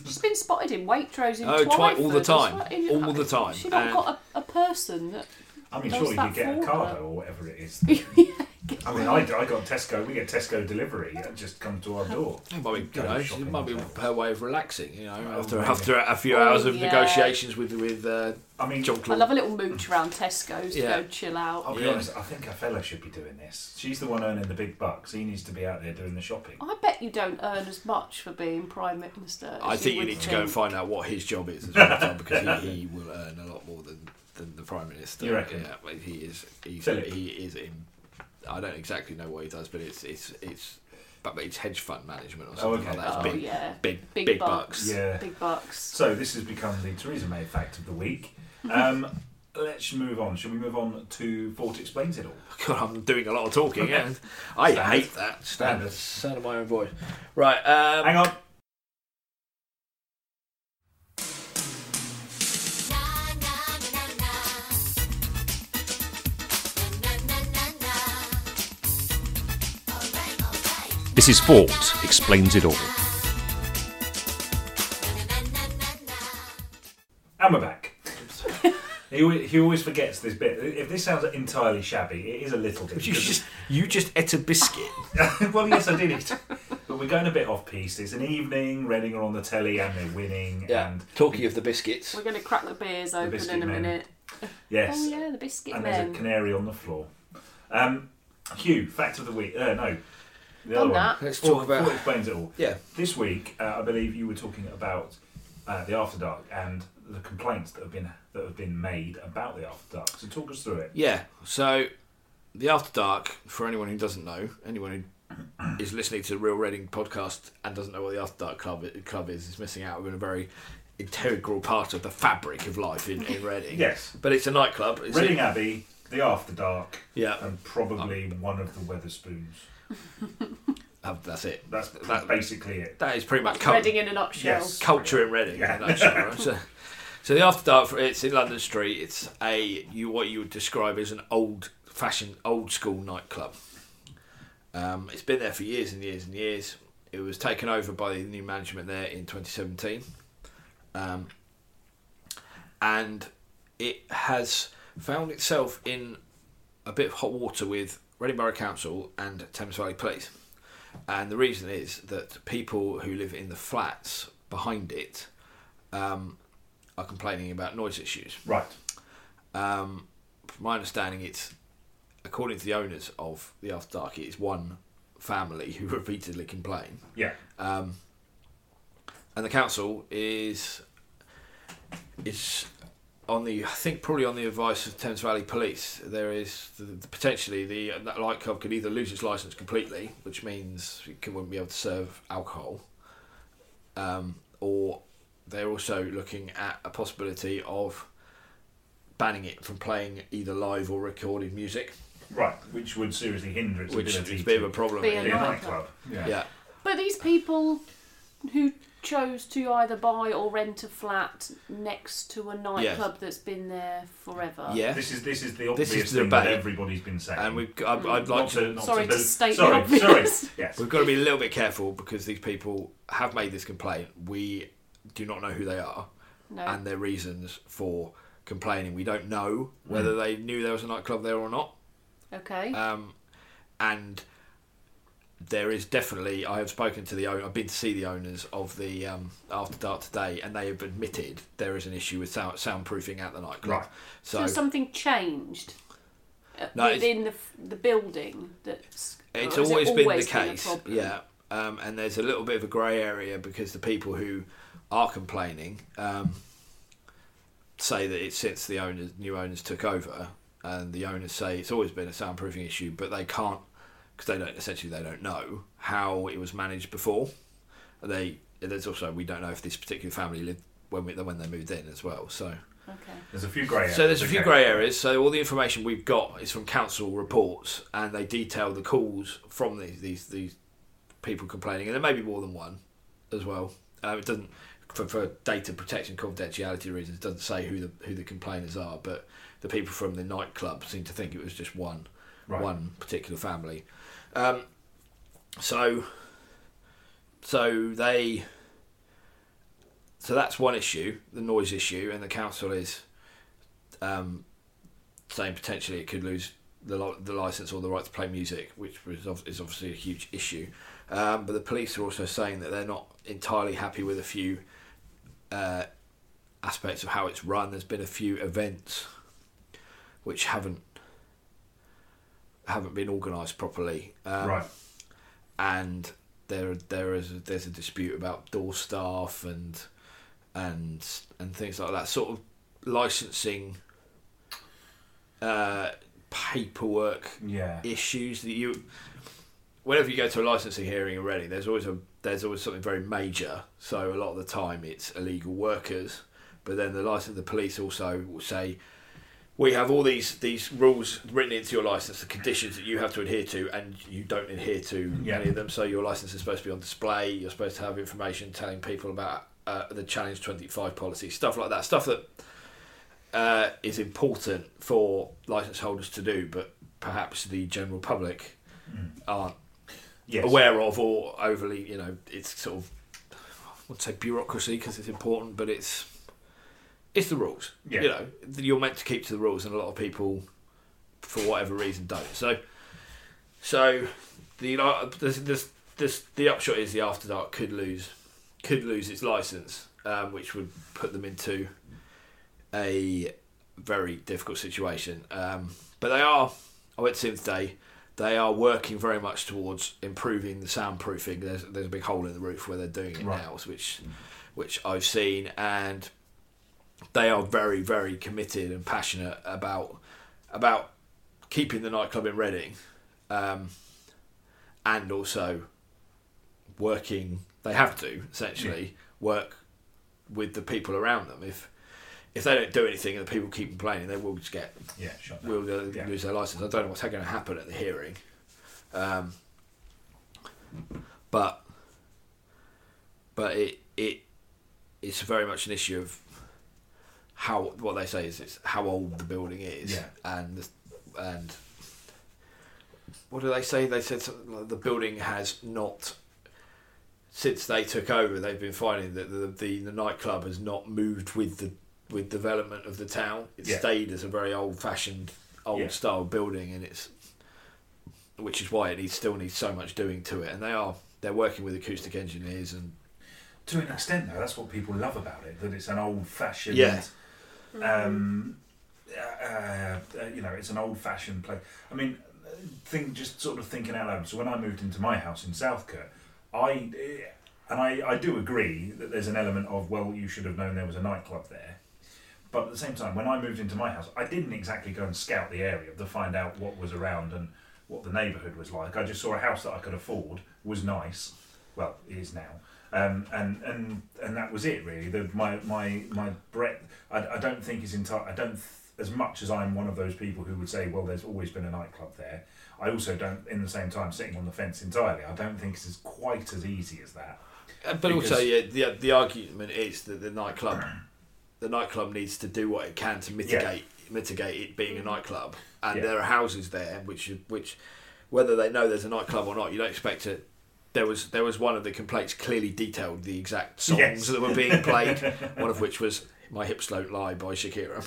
[SPEAKER 3] She's been spotted in Waitrose in
[SPEAKER 2] Oh, twi- all the
[SPEAKER 3] Twyford as
[SPEAKER 2] time.
[SPEAKER 3] well. In-
[SPEAKER 2] All the time.
[SPEAKER 3] She not
[SPEAKER 2] And-
[SPEAKER 3] got a, a person that.
[SPEAKER 1] I mean,
[SPEAKER 3] Does
[SPEAKER 1] surely you
[SPEAKER 3] that
[SPEAKER 1] could get a
[SPEAKER 3] for
[SPEAKER 1] car
[SPEAKER 3] her?
[SPEAKER 1] though, or whatever it is.
[SPEAKER 3] yeah,
[SPEAKER 1] I mean, I, I got Tesco. We get Tesco delivery. It just comes to our door.
[SPEAKER 2] It might be, you know, it might be her way of relaxing. You know, after
[SPEAKER 1] maybe.
[SPEAKER 2] after a few
[SPEAKER 3] Oh,
[SPEAKER 2] hours of
[SPEAKER 3] yeah.
[SPEAKER 2] negotiations with with uh,
[SPEAKER 1] I mean,
[SPEAKER 2] John
[SPEAKER 3] I
[SPEAKER 2] Claude.
[SPEAKER 3] love a little mooch around Tesco's to
[SPEAKER 2] Yeah.
[SPEAKER 3] go chill out.
[SPEAKER 1] I'll be
[SPEAKER 2] Yeah.
[SPEAKER 1] honest. I think our fella should be doing this. She's the one earning the big bucks. He needs to be out there doing the shopping.
[SPEAKER 3] I bet you don't earn as much for being prime minister. as
[SPEAKER 2] I think you
[SPEAKER 3] would
[SPEAKER 2] need to go and find out what his job is as well, Tom, because he, he will earn a lot more than, than the prime minister.
[SPEAKER 1] You reckon?
[SPEAKER 2] Yeah, but he is. He's,
[SPEAKER 1] Philip.
[SPEAKER 2] he is in. I don't exactly know what he does, but it's it's it's. But it's hedge fund management or something
[SPEAKER 1] okay.
[SPEAKER 2] like that.
[SPEAKER 3] Oh
[SPEAKER 2] It's big,
[SPEAKER 3] yeah,
[SPEAKER 2] big,
[SPEAKER 3] Big
[SPEAKER 2] big,
[SPEAKER 3] bucks.
[SPEAKER 2] bucks.
[SPEAKER 1] Yeah.
[SPEAKER 3] big bucks.
[SPEAKER 1] So this has become the Theresa May fact of the week. Um, let's move on. Shall we move on to Fort explains it all?
[SPEAKER 2] God, I'm doing a lot of talking. Yeah, I hate that.
[SPEAKER 1] Standard.
[SPEAKER 2] Standard. Sound of my own voice. Right. Um,
[SPEAKER 1] Hang on.
[SPEAKER 4] This is Fort Explains It All.
[SPEAKER 1] And we're back. He, al- he always forgets this bit. If this sounds entirely shabby, it is a little bit.
[SPEAKER 2] you just you just ate a biscuit.
[SPEAKER 1] well, yes, I did it. But we're going a bit off piece. It's an evening. Reading are on the telly and they're winning. And
[SPEAKER 2] Talking of the biscuits.
[SPEAKER 3] We're going to crack the beers open
[SPEAKER 1] biscuit
[SPEAKER 3] in a
[SPEAKER 1] men.
[SPEAKER 3] minute.
[SPEAKER 1] yes,
[SPEAKER 3] Oh yeah, the biscuit
[SPEAKER 1] and there's a
[SPEAKER 3] men.
[SPEAKER 1] canary on the floor. Um, Hugh, fact of the week. Uh, no, the
[SPEAKER 3] Done
[SPEAKER 1] other one.
[SPEAKER 3] that.
[SPEAKER 2] Let's
[SPEAKER 1] Fort-
[SPEAKER 2] talk about.
[SPEAKER 1] Fort explains it all.
[SPEAKER 2] Yeah.
[SPEAKER 1] This week, uh, I believe you were talking about uh, the After Dark and the complaints that have been that have been made about the After Dark. So talk us through it.
[SPEAKER 2] Yeah. So, the After Dark, for anyone who doesn't know, anyone who is listening to the Real Reading podcast and doesn't know what the After Dark club club is, is missing out on a very integral part of the fabric of life in, in Reading.
[SPEAKER 1] Yes,
[SPEAKER 2] But it's a nightclub. It's
[SPEAKER 1] Reading
[SPEAKER 2] a,
[SPEAKER 1] Abbey, the After Dark,
[SPEAKER 2] yeah.
[SPEAKER 1] and probably one of the Weatherspoons.
[SPEAKER 2] uh, That's it.
[SPEAKER 1] That's
[SPEAKER 2] That-
[SPEAKER 1] basically it.
[SPEAKER 2] That is pretty much
[SPEAKER 3] That's
[SPEAKER 2] cult-
[SPEAKER 3] Reading in a nutshell.
[SPEAKER 1] Yes.
[SPEAKER 2] culture in Reading.
[SPEAKER 1] Yeah.
[SPEAKER 2] in a nutshell, right? so, so the After Dark, it's in London Street. It's a you what you would describe as an old fashioned, old school nightclub. Um, it's been there for years and years and years. It was taken over by the new management there in 2017, um, and it has found itself in a bit of hot water with Reading Borough Council and Thames Valley Police. And the reason is that people who live in the flats behind it um, are complaining about noise issues.
[SPEAKER 1] Right.
[SPEAKER 2] Um, from my understanding, it's according to the owners of the After Dark, it's one family who repeatedly complain.
[SPEAKER 1] Yeah.
[SPEAKER 2] Um, and the council is is on the I think probably on the advice of Thames Valley Police. There is the, the, potentially the that light club could either lose its license completely, which means it can, wouldn't be able to serve alcohol, um, or they're also looking at a possibility of banning it from playing either live or recorded music,
[SPEAKER 1] Right. Which would seriously hinder its
[SPEAKER 2] which
[SPEAKER 1] ability
[SPEAKER 2] is a bit of a
[SPEAKER 1] to
[SPEAKER 2] problem.
[SPEAKER 3] Be a
[SPEAKER 1] be a
[SPEAKER 2] Yeah.
[SPEAKER 1] nightclub. Yeah.
[SPEAKER 2] yeah.
[SPEAKER 3] But these people who chose to either buy or rent a flat next to a nightclub that's been there forever.
[SPEAKER 2] Yeah.
[SPEAKER 1] This is this is the
[SPEAKER 2] This
[SPEAKER 1] obvious
[SPEAKER 2] is the
[SPEAKER 1] thing that
[SPEAKER 2] debate.
[SPEAKER 1] everybody's been saying.
[SPEAKER 2] And we've, I, I'd like
[SPEAKER 1] Not
[SPEAKER 2] to
[SPEAKER 1] not
[SPEAKER 3] Sorry to
[SPEAKER 1] do-
[SPEAKER 3] state the
[SPEAKER 1] sorry,
[SPEAKER 3] obvious.
[SPEAKER 1] Sorry. Yes.
[SPEAKER 2] We've got to be a little bit careful because these people have made this complaint. We do not know who they are
[SPEAKER 3] No.
[SPEAKER 2] and their reasons for complaining. We don't know whether they knew there was a nightclub there or not.
[SPEAKER 3] okay.
[SPEAKER 2] Um, and there is definitely. I have spoken to the owner. I've been to see the owners of the um, After Dark today, and they have admitted there is an issue with sound, soundproofing at the nightclub.
[SPEAKER 1] Right.
[SPEAKER 3] so, something changed uh,
[SPEAKER 2] No, it's-
[SPEAKER 3] within the, f- the building. That's or
[SPEAKER 2] It's
[SPEAKER 3] has it
[SPEAKER 2] always, been
[SPEAKER 3] always
[SPEAKER 2] the
[SPEAKER 3] been a
[SPEAKER 2] case.
[SPEAKER 3] problem?
[SPEAKER 2] yeah. Um, and there's a little bit of a grey area because the people who are complaining um, say that it's since the owners, new owners took over, and the owners say it's always been a soundproofing issue, but they can't because they don't essentially they don't know how it was managed before. They there's also we don't know if this particular family lived when we, when they moved in as well. So
[SPEAKER 3] Okay.
[SPEAKER 1] There's a few grey areas.
[SPEAKER 2] so there's a few
[SPEAKER 1] okay.
[SPEAKER 2] grey areas. So all the information we've got is from council reports, and they detail the calls from these these these people complaining, and there may be more than one as well. Uh, it doesn't for, for data protection confidentiality reasons. It doesn't say who the who the complainers are, but the people from the nightclub seem to think it was just one
[SPEAKER 1] Right.
[SPEAKER 2] one particular family. Um, so so they so that's one issue, the noise issue, and the council is um, saying potentially it could lose the, li- the license or the right to play music, which was, ob- is obviously a huge issue. Um, but the police are also saying that they're not entirely happy with a few uh, aspects of how it's run. There's been a few events which haven't haven't been organised properly. Um,
[SPEAKER 1] right.
[SPEAKER 2] and there there is there's a dispute about door staff and and and things like that sort of licensing uh, paperwork
[SPEAKER 1] Yeah.
[SPEAKER 2] issues that you whenever you go to a licensing hearing already there's always a there's always something very major so a lot of the time it's illegal workers but then the license the police also will say we have all these these rules written into your license the conditions that you have to adhere to and you don't adhere to
[SPEAKER 1] Yeah.
[SPEAKER 2] any of them so your license is supposed to be on display you're supposed to have information telling people about uh, the challenge 25 policy stuff like that stuff that uh, is important for license holders to do but perhaps the general public
[SPEAKER 1] Mm.
[SPEAKER 2] aren't
[SPEAKER 1] Yes.
[SPEAKER 2] aware of or overly, you know, it's sort of, I would say bureaucracy because it's important, but it's it's the rules.
[SPEAKER 1] Yeah.
[SPEAKER 2] You know, you're meant to keep to the rules, and a lot of people, for whatever reason, don't. So, so the this this, this the upshot is the After Dark could lose could lose its license, um, which would put them into a very difficult situation. Um, but they are. I went to see them today. They are working very much towards improving the soundproofing. There's, there's a big hole in the roof where they're doing it
[SPEAKER 1] Right.
[SPEAKER 2] now, which which I've seen, and they are very very committed and passionate about about keeping the nightclub in Reading, um, and also working. They have to essentially work with the people around them. If if they don't do anything and the people keep complaining, they will just get
[SPEAKER 1] Yeah. Shut down.
[SPEAKER 2] will uh,
[SPEAKER 1] Yeah.
[SPEAKER 2] lose their license. I don't know what's going to happen at the hearing, um, but but it it it's very much an issue of how what they say is it's how old the building is
[SPEAKER 1] Yeah.
[SPEAKER 2] and the- and what do they say? They said something like the building has not since they took over. They've been finding that the the, the nightclub has not moved with the with development of the town. It
[SPEAKER 1] Yeah.
[SPEAKER 2] stayed as a very old fashioned, old
[SPEAKER 1] Yeah.
[SPEAKER 2] style building, and it's which is why it needs, still needs so much doing to it. And they are they're working with acoustic engineers and
[SPEAKER 1] To an extent, though, that's what people love about it. That it's an old-fashioned.
[SPEAKER 2] Yeah.
[SPEAKER 1] Um, uh, uh, you know, it's an old-fashioned place. I mean, uh, think just sort of thinking out loud. So when I moved into my house in Southcote, I eh, and I, I do agree that there's an element of well, you should have known there was a nightclub there. But at the same time, when I moved into my house, I didn't exactly go and scout the area to find out what was around and what the neighbourhood was like. I just saw a house that I could afford was nice. Well, it is now, um, and and and that was it really. The, my my my breadth. I, I don't think is entire. I don't th- as much as I'm one of those people who would say, well, there's always been a nightclub there. I also don't, in the same time, sitting on the fence entirely. I don't think it's quite as easy as that.
[SPEAKER 2] Uh, But also,
[SPEAKER 1] Because-
[SPEAKER 2] yeah, the the argument is that the nightclub, the nightclub needs to do what it can to mitigate mitigate it
[SPEAKER 1] Mm.
[SPEAKER 2] being a nightclub, and
[SPEAKER 1] Yeah.
[SPEAKER 2] there are houses there which which, whether they know there's a nightclub or not, you don't expect it. There was there was one of the complaints clearly detailed the exact songs
[SPEAKER 1] Yes.
[SPEAKER 2] that were being played, one of which was "My Hips Don't Lie" by Shakira,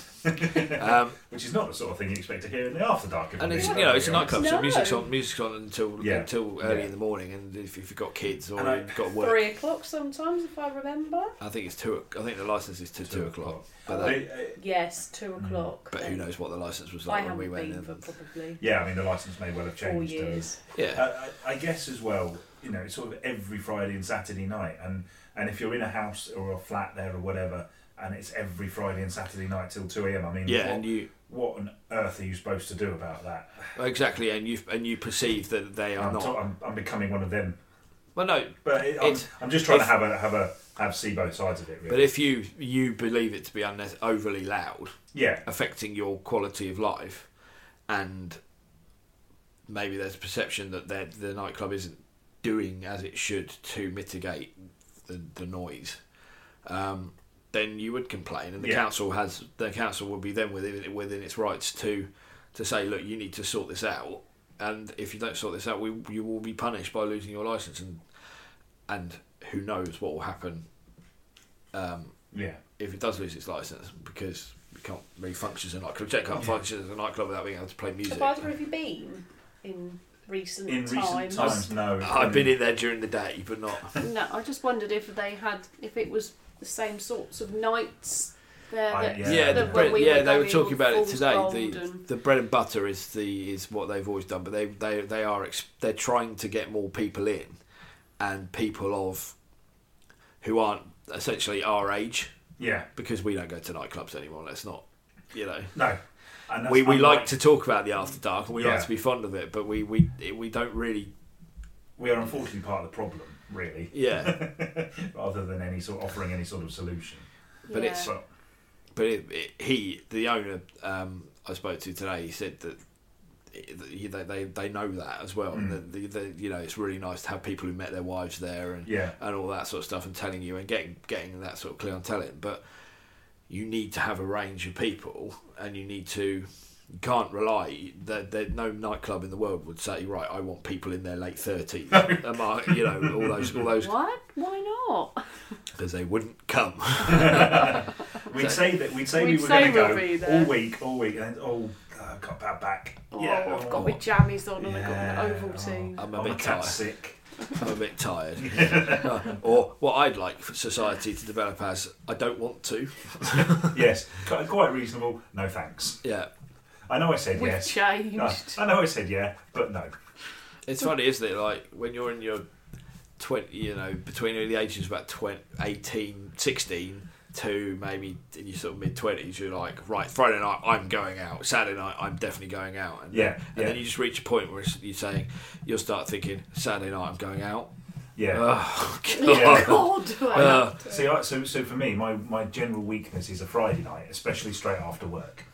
[SPEAKER 2] um,
[SPEAKER 1] Which is not the sort of thing you expect to hear in the after dark. if I'm
[SPEAKER 2] and it's
[SPEAKER 1] being
[SPEAKER 2] you know it's a
[SPEAKER 1] perfectly honest.
[SPEAKER 2] nightclub, so
[SPEAKER 3] No.
[SPEAKER 2] music's on music's on until
[SPEAKER 1] Yeah.
[SPEAKER 2] until early
[SPEAKER 1] Yeah.
[SPEAKER 2] in the morning, and if, if you've got kids or
[SPEAKER 1] And I-
[SPEAKER 2] you've got to work,
[SPEAKER 3] Three o'clock sometimes, if I remember.
[SPEAKER 2] I think it's two. o- I think the license is to two, o'clock. But,
[SPEAKER 1] But
[SPEAKER 2] that,
[SPEAKER 1] it- it-
[SPEAKER 3] Yes, two o'clock.
[SPEAKER 2] Mm, but who knows what the license was
[SPEAKER 3] I
[SPEAKER 2] like when
[SPEAKER 3] haven't
[SPEAKER 2] we went
[SPEAKER 3] been
[SPEAKER 2] in.
[SPEAKER 3] for probably
[SPEAKER 1] yeah, I mean, the license may well have changed.
[SPEAKER 3] four
[SPEAKER 1] uh,
[SPEAKER 3] years.
[SPEAKER 2] Yeah,
[SPEAKER 1] I, I I guess as well, you know, it's sort of every Friday and Saturday night, and and if you're in a house or a flat there or whatever, and it's every Friday and Saturday night till two a.m. I mean,
[SPEAKER 2] yeah,
[SPEAKER 1] what,
[SPEAKER 2] and you
[SPEAKER 1] what on earth are you supposed to do about that?
[SPEAKER 2] exactly, and you and you perceive that they are
[SPEAKER 1] I'm,
[SPEAKER 2] not.
[SPEAKER 1] to- I'm, I'm becoming one of them,
[SPEAKER 2] Well, no,
[SPEAKER 1] but it, I'm,
[SPEAKER 2] It's-
[SPEAKER 1] I'm just trying to
[SPEAKER 2] if-
[SPEAKER 1] have a have a have see both sides of it. Really.
[SPEAKER 2] but if you you believe it to be unnecess- overly loud,
[SPEAKER 1] yeah,
[SPEAKER 2] affecting your quality of life, and maybe there's a perception that their- the nightclub isn't doing as it should to mitigate the, the noise, um, then you would complain, and the
[SPEAKER 1] Yeah.
[SPEAKER 2] council has the council would be then within within its rights to to say, look, you need to sort this out, and if you don't sort this out, we you will be punished by losing your license, and and who knows what will happen um,
[SPEAKER 1] Yeah.
[SPEAKER 2] if it does lose its license because we can't really function as a nightclub. Jack can't
[SPEAKER 1] Yeah.
[SPEAKER 2] function as a nightclub without being able to play music.
[SPEAKER 3] Have either of you been in recent
[SPEAKER 1] In recent
[SPEAKER 3] times?
[SPEAKER 1] times, no.
[SPEAKER 2] I've been in there during the day, but not.
[SPEAKER 3] No, I just wondered if they had, if it was the same sorts of nights there.
[SPEAKER 1] I-
[SPEAKER 3] That,
[SPEAKER 1] yeah.
[SPEAKER 2] Yeah, the
[SPEAKER 1] That
[SPEAKER 2] bread,
[SPEAKER 3] when we
[SPEAKER 2] yeah, they were
[SPEAKER 3] going
[SPEAKER 2] talking about it
[SPEAKER 3] Fool's
[SPEAKER 2] today.
[SPEAKER 3] Gold
[SPEAKER 2] The
[SPEAKER 3] and-
[SPEAKER 2] the bread and butter is the is what they've always done, but they they they are ex- they're trying to get more people in, and people of who aren't essentially our age
[SPEAKER 1] Yeah.
[SPEAKER 2] because we don't go to nightclubs anymore. Let's not, you know.
[SPEAKER 1] No. And that's
[SPEAKER 2] we, we like
[SPEAKER 1] unlike-
[SPEAKER 2] to talk about the after dark and we
[SPEAKER 1] Yeah.
[SPEAKER 2] like to be fond of it, but we we we don't really
[SPEAKER 1] We are unfortunately part of the problem, really,
[SPEAKER 2] yeah.
[SPEAKER 1] rather than any sort offering any sort of solution.
[SPEAKER 2] But it's-
[SPEAKER 1] But
[SPEAKER 2] but it, it, he the owner um, I spoke to today he said that he- they they, they know that as well. And
[SPEAKER 1] Mm.
[SPEAKER 2] that the, the, you know it's really nice to have people who met their wives there and
[SPEAKER 1] yeah,
[SPEAKER 2] and all that sort of stuff and telling you and getting getting that sort of clientele in. But you need to have a range of people and you need to you can't rely that that no nightclub in the world would say right I want people in their late thirties you know all those all those
[SPEAKER 3] what? Why not?
[SPEAKER 2] because they wouldn't come
[SPEAKER 1] we'd say that we'd say
[SPEAKER 3] We'd
[SPEAKER 1] we were
[SPEAKER 3] say
[SPEAKER 1] going to
[SPEAKER 3] we'll
[SPEAKER 1] go
[SPEAKER 3] be there.
[SPEAKER 1] all week, all week, and then, oh, I've got bad back.
[SPEAKER 3] Oh,
[SPEAKER 1] yeah,
[SPEAKER 3] I've
[SPEAKER 1] oh,
[SPEAKER 3] got my jammies on. I've
[SPEAKER 1] yeah,
[SPEAKER 3] got my Ovaltine.
[SPEAKER 1] oh,
[SPEAKER 2] I'm a
[SPEAKER 1] oh,
[SPEAKER 2] bit
[SPEAKER 1] my cat's
[SPEAKER 2] tired.
[SPEAKER 1] sick.
[SPEAKER 2] I'm a bit tired or what I'd like for society to develop as I don't want to
[SPEAKER 1] yes, quite, quite reasonable. No thanks.
[SPEAKER 2] yeah
[SPEAKER 1] I know I said
[SPEAKER 3] We've
[SPEAKER 1] yes. Ah.
[SPEAKER 3] changed.
[SPEAKER 1] No, I know I said yeah, but no.
[SPEAKER 2] It's funny, isn't it? Like when you're in your 20, you know, between the ages of about 20, 18, 16 to maybe in your sort of mid 20s, you're like, right, Friday night, I'm going out. Saturday night, I'm definitely going out. And,
[SPEAKER 1] Yeah,
[SPEAKER 2] And
[SPEAKER 1] yeah,
[SPEAKER 2] then you just reach a point where it's- you're saying, you'll start thinking, Saturday night, I'm going out.
[SPEAKER 1] yeah.
[SPEAKER 2] Oh,
[SPEAKER 1] Yeah.
[SPEAKER 2] God.
[SPEAKER 3] God, do I
[SPEAKER 2] Uh,
[SPEAKER 3] have to?
[SPEAKER 1] See, I, so so for me, my, my general weakness is a Friday night, especially straight after work.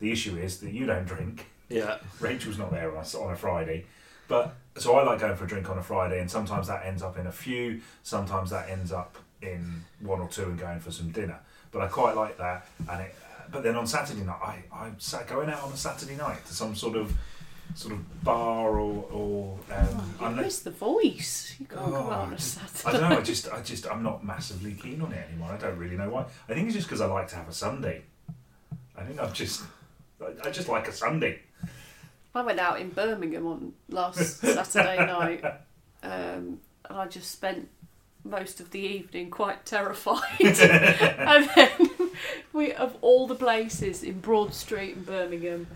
[SPEAKER 1] The issue is that you don't drink.
[SPEAKER 2] Yeah.
[SPEAKER 1] Rachel's not there on a, on a Friday, but so I like going for a drink on a Friday, and sometimes that ends up in a few. Sometimes that ends up in one or two and going for some dinner. But I quite like that, and it. But then on Saturday night, I I sat going out on a Saturday night to some sort of sort of bar or or um,
[SPEAKER 3] You
[SPEAKER 1] unless
[SPEAKER 3] miss the voice. You can't
[SPEAKER 1] Oh,
[SPEAKER 3] go out on
[SPEAKER 1] I
[SPEAKER 3] a
[SPEAKER 1] just-
[SPEAKER 3] Saturday.
[SPEAKER 1] I don't know. I just, I just, I'm not massively keen on it anymore. I don't really know why. I think it's just because I like to have a Sunday. I think I've just, I- I just like a Sunday.
[SPEAKER 3] I went out in Birmingham on last Saturday night, um, and I just spent most of the evening quite terrified. and then we, of all the places in Broad Street in Birmingham,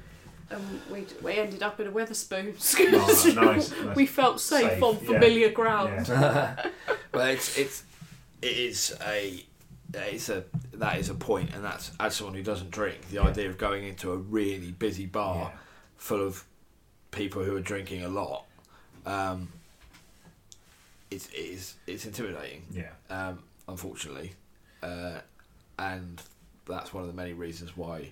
[SPEAKER 3] and we we ended up in a Weatherspoons because
[SPEAKER 1] Oh, nice, nice.
[SPEAKER 3] we felt safe,
[SPEAKER 1] Safe,
[SPEAKER 3] on
[SPEAKER 1] yeah.
[SPEAKER 3] familiar ground.
[SPEAKER 1] Yeah.
[SPEAKER 2] Well, it's it's it is a it's a that is a point, and that's as someone who doesn't drink, the
[SPEAKER 1] Yeah.
[SPEAKER 2] idea of going into a really busy bar
[SPEAKER 1] Yeah.
[SPEAKER 2] full of people who are drinking a lot, um, it's it is it's intimidating,
[SPEAKER 1] yeah.
[SPEAKER 2] um, unfortunately, uh, and that's one of the many reasons why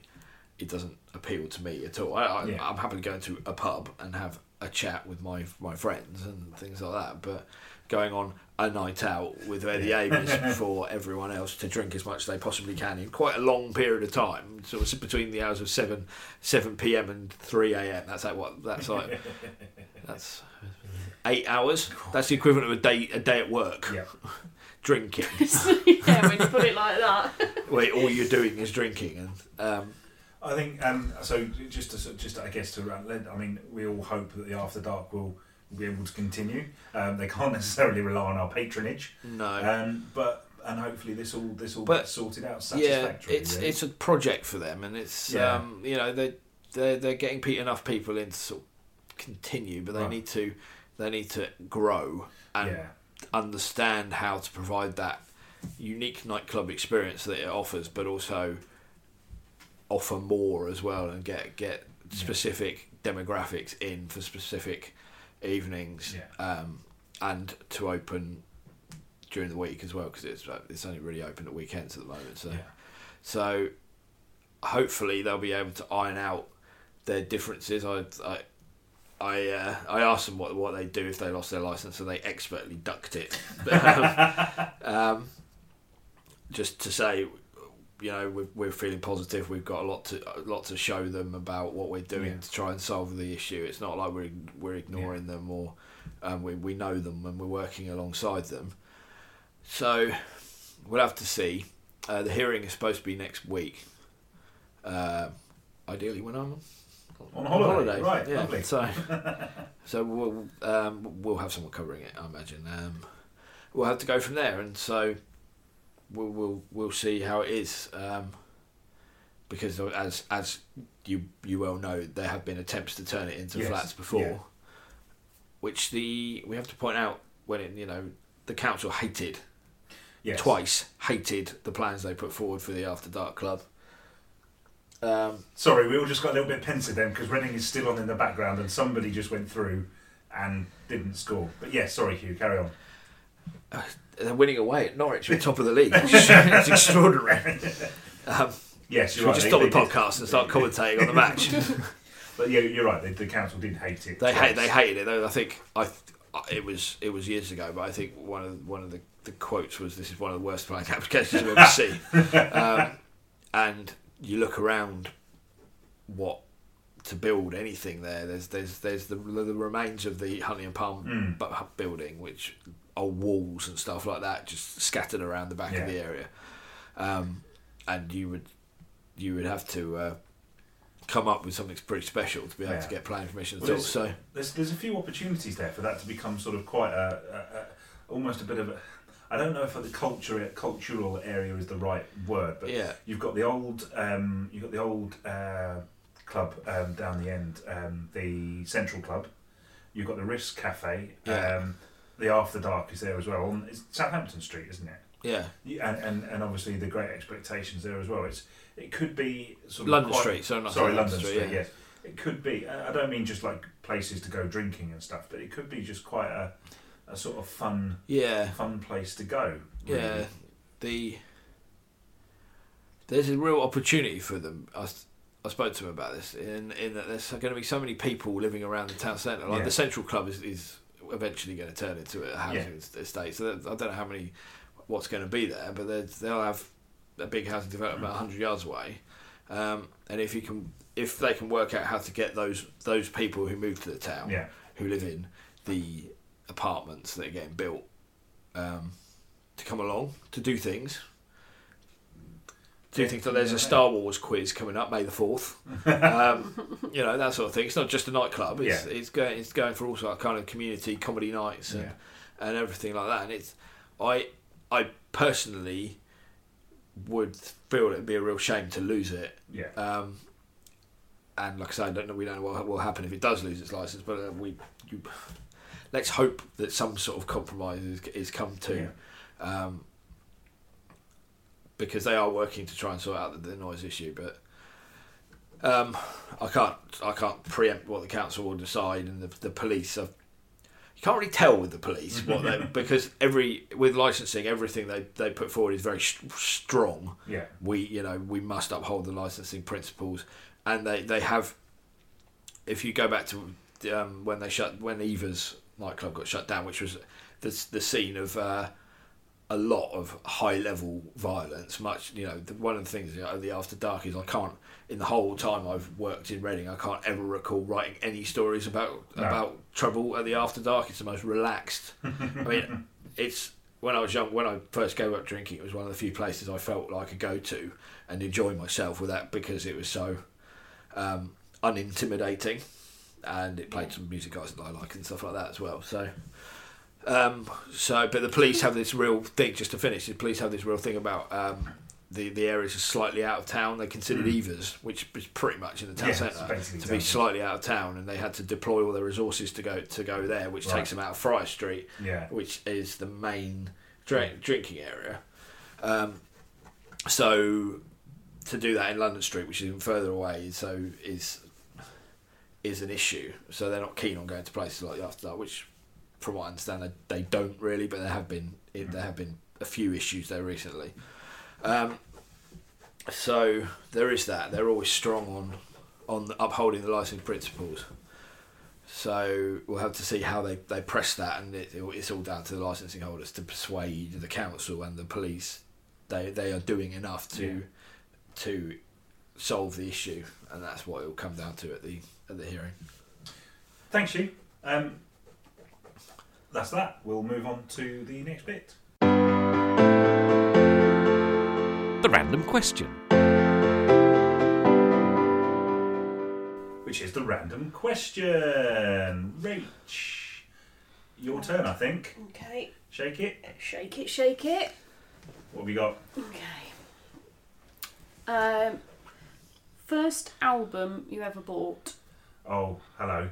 [SPEAKER 2] it doesn't appeal to me at all. I, I,
[SPEAKER 1] Yeah.
[SPEAKER 2] I'm happy to go to a pub and have a chat with my my friends and things like that, but going on a night out with where the aim is for everyone else to drink as much as they possibly can in quite a long period of time. So it's between the hours of seven seven p.m. and three a.m. That's like what that's like. that's eight hours. That's the equivalent of a day a day at work
[SPEAKER 1] Yeah.
[SPEAKER 2] drinking.
[SPEAKER 3] yeah, when you put it like that.
[SPEAKER 2] where all you're doing is drinking and um,
[SPEAKER 1] I think um, so. Just to, sort- just I guess to round Led, I mean, we all hope that the After Dark will be able to continue. Um, they can't necessarily rely on our patronage,
[SPEAKER 2] no.
[SPEAKER 1] um, but and hopefully this all this all
[SPEAKER 2] But-
[SPEAKER 1] gets sorted out
[SPEAKER 2] yeah,
[SPEAKER 1] satisfactorily.
[SPEAKER 2] it's
[SPEAKER 1] really.
[SPEAKER 2] it's a project for them, and it's
[SPEAKER 1] Yeah.
[SPEAKER 2] um, you know they they're, they're getting pe- enough people in to sort of continue, but they
[SPEAKER 1] Right.
[SPEAKER 2] need to they need to grow and
[SPEAKER 1] yeah,
[SPEAKER 2] understand how to provide that unique nightclub experience that it offers, but also offer more as well and get get
[SPEAKER 1] Yeah.
[SPEAKER 2] specific demographics in for specific evenings um, and to open during the week as well because it's uh, it's only really open at weekends at the moment. So
[SPEAKER 1] yeah,
[SPEAKER 2] so hopefully they'll be able to iron out their differences. I, I I uh, I asked them what what they do if they lost their license, and they expertly ducked it. um, just to say, you know, we're, we're feeling positive. We've got a lot to a lot to show them about what we're doing
[SPEAKER 1] Yeah.
[SPEAKER 2] to try and solve the issue. It's not like we're we're ignoring them or um, we we know them and we're working alongside them. So we'll have to see. Uh, the hearing is supposed to be next week. Um ideally, when I'm
[SPEAKER 1] On holiday, right, lovely.
[SPEAKER 2] So, so we'll um, we'll have someone covering it, I imagine. Um, we'll have to go from there, and so we'll we'll, we'll see how it is. Um, because as as you you well know, there have been attempts to turn it into
[SPEAKER 1] Yes,
[SPEAKER 2] flats before,
[SPEAKER 1] yeah.
[SPEAKER 2] which the we have to point out when it you know the council hated
[SPEAKER 1] Yes.
[SPEAKER 2] twice hated the plans they put forward for the After Dark Club. Um,
[SPEAKER 1] Sorry, we all just got a little bit pensive then because Reading is still on in the background and somebody just went through and didn't score. But yeah, sorry, Hugh, carry on.
[SPEAKER 2] they're winning away at Norwich, at the top of the league. it's extraordinary. Um,
[SPEAKER 1] Yes,
[SPEAKER 2] should
[SPEAKER 1] you're
[SPEAKER 2] we
[SPEAKER 1] right.
[SPEAKER 2] just
[SPEAKER 1] they-
[SPEAKER 2] stop the
[SPEAKER 1] they did.
[SPEAKER 2] podcast and start commentating on the match?
[SPEAKER 1] But yeah, you're right. The, the council did hate it.
[SPEAKER 2] they hate,
[SPEAKER 1] twice.
[SPEAKER 2] they hated it. though. I think I, th- it was it was years ago, but I think one of the, one of the, the quotes was, "This is one of the worst playing applications I've ever seen." Um, and you look around, what to build anything there? There's there's there's the, the remains of the Honey and Palm
[SPEAKER 1] Mm.
[SPEAKER 2] bu- building, which are walls and stuff like that, just scattered around the back
[SPEAKER 1] Yeah.
[SPEAKER 2] of the area. Um, and you would you would have to uh, come up with something pretty special to be able
[SPEAKER 1] Yeah.
[SPEAKER 2] to get planning permission at
[SPEAKER 1] Well,
[SPEAKER 2] all.
[SPEAKER 1] it's-
[SPEAKER 2] So.
[SPEAKER 1] There's there's a few opportunities there for that to become sort of quite a, a, a almost a bit of a. I don't know if the culture cultural area is the right word, but
[SPEAKER 2] Yeah,
[SPEAKER 1] You've got the old, um, you've got the old uh, club um, down the end, um, the Central Club. You've got the Risk Cafe.
[SPEAKER 2] Yeah.
[SPEAKER 1] Um, the After Dark is there as well. On it's Southampton Street, isn't it?
[SPEAKER 2] yeah.
[SPEAKER 1] Yeah, And, and and obviously the Great Expectations there as well. It's it could be sort of
[SPEAKER 2] London
[SPEAKER 1] quite-
[SPEAKER 2] Street, sorry, not
[SPEAKER 1] Sorry,
[SPEAKER 2] London,
[SPEAKER 1] London
[SPEAKER 2] Street.
[SPEAKER 1] Street.
[SPEAKER 2] yeah.
[SPEAKER 1] Yes, it could be. I I don't mean just like places to go drinking and stuff, but it could be just quite a, a sort of fun
[SPEAKER 2] yeah,
[SPEAKER 1] fun place to go.
[SPEAKER 2] yeah,
[SPEAKER 1] really.
[SPEAKER 2] The there's a real opportunity for them. I, s- I spoke to them about this in in that there's going to be so many people living around the town centre. Like
[SPEAKER 1] Yeah.
[SPEAKER 2] the central club is, is eventually going to turn into a housing estate. So that, I don't know how many what's going to be there, but there's- they'll have a big housing development a 100 yards away. Um, and if you can, if they can work out how to get those those people who move to the town,
[SPEAKER 1] Yeah.
[SPEAKER 2] who live in the apartments that are getting built, um, to come along to do things. Do
[SPEAKER 1] Yeah,
[SPEAKER 2] things like there's
[SPEAKER 1] yeah.
[SPEAKER 2] a Star Wars quiz coming up May the fourth, um, you know that sort of thing. It's not just a nightclub. It's it's going it's going for all sort of kind of community comedy nights and
[SPEAKER 1] Yeah.
[SPEAKER 2] and everything like that. And it's I I personally would feel it'd be a real shame to lose it.
[SPEAKER 1] Yeah.
[SPEAKER 2] Um, and like I say, I don't know. We don't know what will happen if it does lose its license, but uh, we you, let's hope that some sort of compromise is, is come to, um, because they are working to try and sort out the, the noise issue. But um, I can't I can't preempt what the council will decide and the, the police. Are, you can't really tell with the police what they because every with licensing everything they, they put forward is very st- strong
[SPEAKER 1] Yeah.
[SPEAKER 2] we you know we must uphold the licensing principles and they they have if you go back to um, when they shut when eva's nightclub got shut down which was the, the scene of uh, a lot of high level violence much you know the, one of the things you know, the after dark is i can't in the whole time i've worked in reading i can't ever recall writing any stories about
[SPEAKER 1] No.
[SPEAKER 2] about trouble at the after dark it's the most relaxed I mean, it's when I was young, when I first gave up drinking, it was one of the few places I felt like I could go to and enjoy myself with that because it was so um, unintimidating and it played some music I I like and stuff like that as well. So, um, so but the police have this real thing, just to finish, the police have this real thing about. Um, the, the areas are slightly out of town. They considered Evers, which is pretty much in the town
[SPEAKER 1] Yeah, it's
[SPEAKER 2] centre,
[SPEAKER 1] Mm. basically
[SPEAKER 2] to be
[SPEAKER 1] down.
[SPEAKER 2] slightly out of town, and they had to deploy all their resources to go to go there, which
[SPEAKER 1] Right.
[SPEAKER 2] takes them out of Friar Street,
[SPEAKER 1] Yeah.
[SPEAKER 2] which is the main drink, drinking area. Um, so to do that in London Street, which is even further away, so is is an issue. So they're not keen on going to places like the After Dark, which, from what I understand, they, they don't really. But there have been it, there have been a few issues there recently. Um, so there is that. They're always strong on on upholding the licensing principles. So we'll have to see how they, they press that, and it, it's all down to the licensing holders to persuade the council and the police they they are doing enough to
[SPEAKER 1] Yeah.
[SPEAKER 2] to solve the issue, and that's what it will come down to at the at the hearing.
[SPEAKER 1] Thanks, you. Um, that's that. We'll move on to the next bit.
[SPEAKER 4] The random question.
[SPEAKER 1] which is the random question. Rach, your turn, I think.
[SPEAKER 3] Okay,
[SPEAKER 1] Shake it.
[SPEAKER 3] shake it, shake it.
[SPEAKER 1] What have we got?
[SPEAKER 3] Okay. Um, first album you ever bought?
[SPEAKER 1] Oh, hello.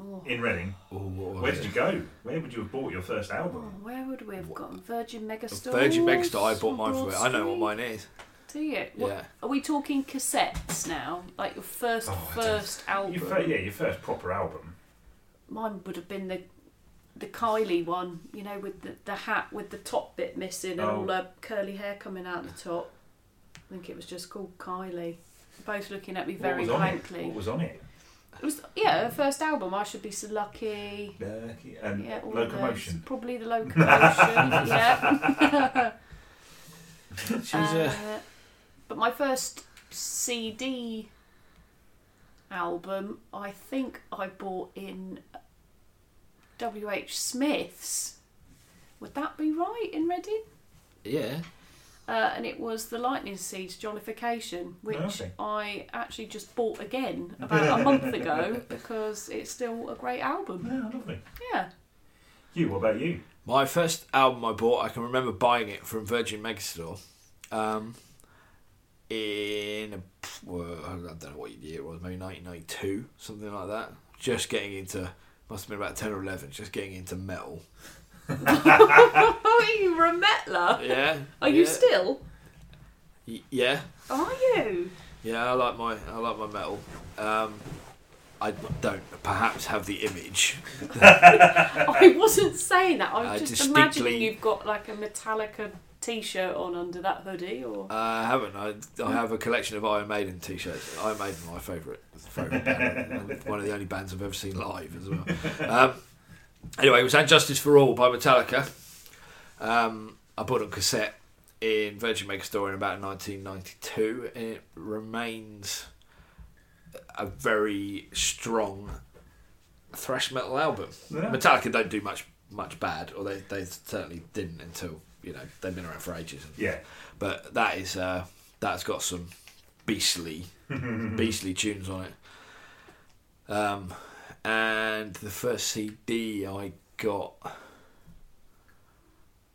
[SPEAKER 3] Oh,
[SPEAKER 1] In Reading.
[SPEAKER 2] Ooh, what was
[SPEAKER 1] Where did
[SPEAKER 2] it?
[SPEAKER 1] you go? Where would you have bought your first
[SPEAKER 3] oh,
[SPEAKER 1] album?
[SPEAKER 3] where would we have
[SPEAKER 2] What-
[SPEAKER 3] gotten Virgin Megastore?
[SPEAKER 2] Virgin Megastore. I bought mine from it. I know what mine is.
[SPEAKER 3] Do you? What,
[SPEAKER 2] Yeah,
[SPEAKER 3] Are we talking cassettes now? Like your first,
[SPEAKER 1] Oh, I don't-
[SPEAKER 3] first album?
[SPEAKER 1] Your fir- yeah, your first proper album.
[SPEAKER 3] Mine would have been the the Kylie one, you know, with the, the hat with the top bit missing and all
[SPEAKER 1] Oh.
[SPEAKER 3] her curly hair coming out the top. I think it was just called Kylie. Both looking at me very
[SPEAKER 1] what was on it?
[SPEAKER 3] blankly.
[SPEAKER 1] What was on it?
[SPEAKER 3] It was yeah, her first album. I should be so lucky.
[SPEAKER 1] Berkey and
[SPEAKER 3] Yeah, all of those.
[SPEAKER 1] locomotion.
[SPEAKER 3] Probably the locomotion. yeah.
[SPEAKER 2] she's uh,
[SPEAKER 3] Uh, but my first CD album, I think I bought in W. H. Smith's. Would that be right in Reading?
[SPEAKER 2] yeah.
[SPEAKER 3] Uh, and it was the Lightning Seeds Jollification,
[SPEAKER 1] Oh,
[SPEAKER 3] which
[SPEAKER 1] Okay.
[SPEAKER 3] I actually just bought again about a month ago because it's still a great album.
[SPEAKER 1] Yeah, lovely.
[SPEAKER 3] Yeah.
[SPEAKER 1] You, what about you?
[SPEAKER 2] My first album I bought, I can remember buying it from Virgin Megastore. Um, in a, well, I don't know what year it was, maybe 1992, something like that. Just getting into, must have been about 10 or 11, just getting into metal.
[SPEAKER 3] Oh, you were a metler.
[SPEAKER 2] Yeah.
[SPEAKER 3] Are you
[SPEAKER 2] yeah.
[SPEAKER 3] still?
[SPEAKER 2] Y- Yeah,
[SPEAKER 3] Are you?
[SPEAKER 2] yeah. I like my I like my metal. Um, I don't perhaps have the image.
[SPEAKER 3] I wasn't saying that. I
[SPEAKER 2] I
[SPEAKER 3] was just imagining
[SPEAKER 2] distinctly-
[SPEAKER 3] you've got like a Metallica t-shirt on under that hoodie, or
[SPEAKER 2] Uh, I haven't. I, I have a collection of Iron Maiden t-shirts. Iron Maiden, my favourite, favourite band. one of the only bands I've ever seen live as well. Um, anyway, it was "And Justice for All" by Metallica. Um, I bought it on cassette in Virgin Megastore in about 1992, and it remains a very strong thrash metal album.
[SPEAKER 1] Yeah.
[SPEAKER 2] Metallica don't do much much bad, or they they certainly didn't until you know they've been around for ages. And
[SPEAKER 1] Yeah.
[SPEAKER 2] but that is uh, that's got some beastly beastly tunes on it um, and the first cd i got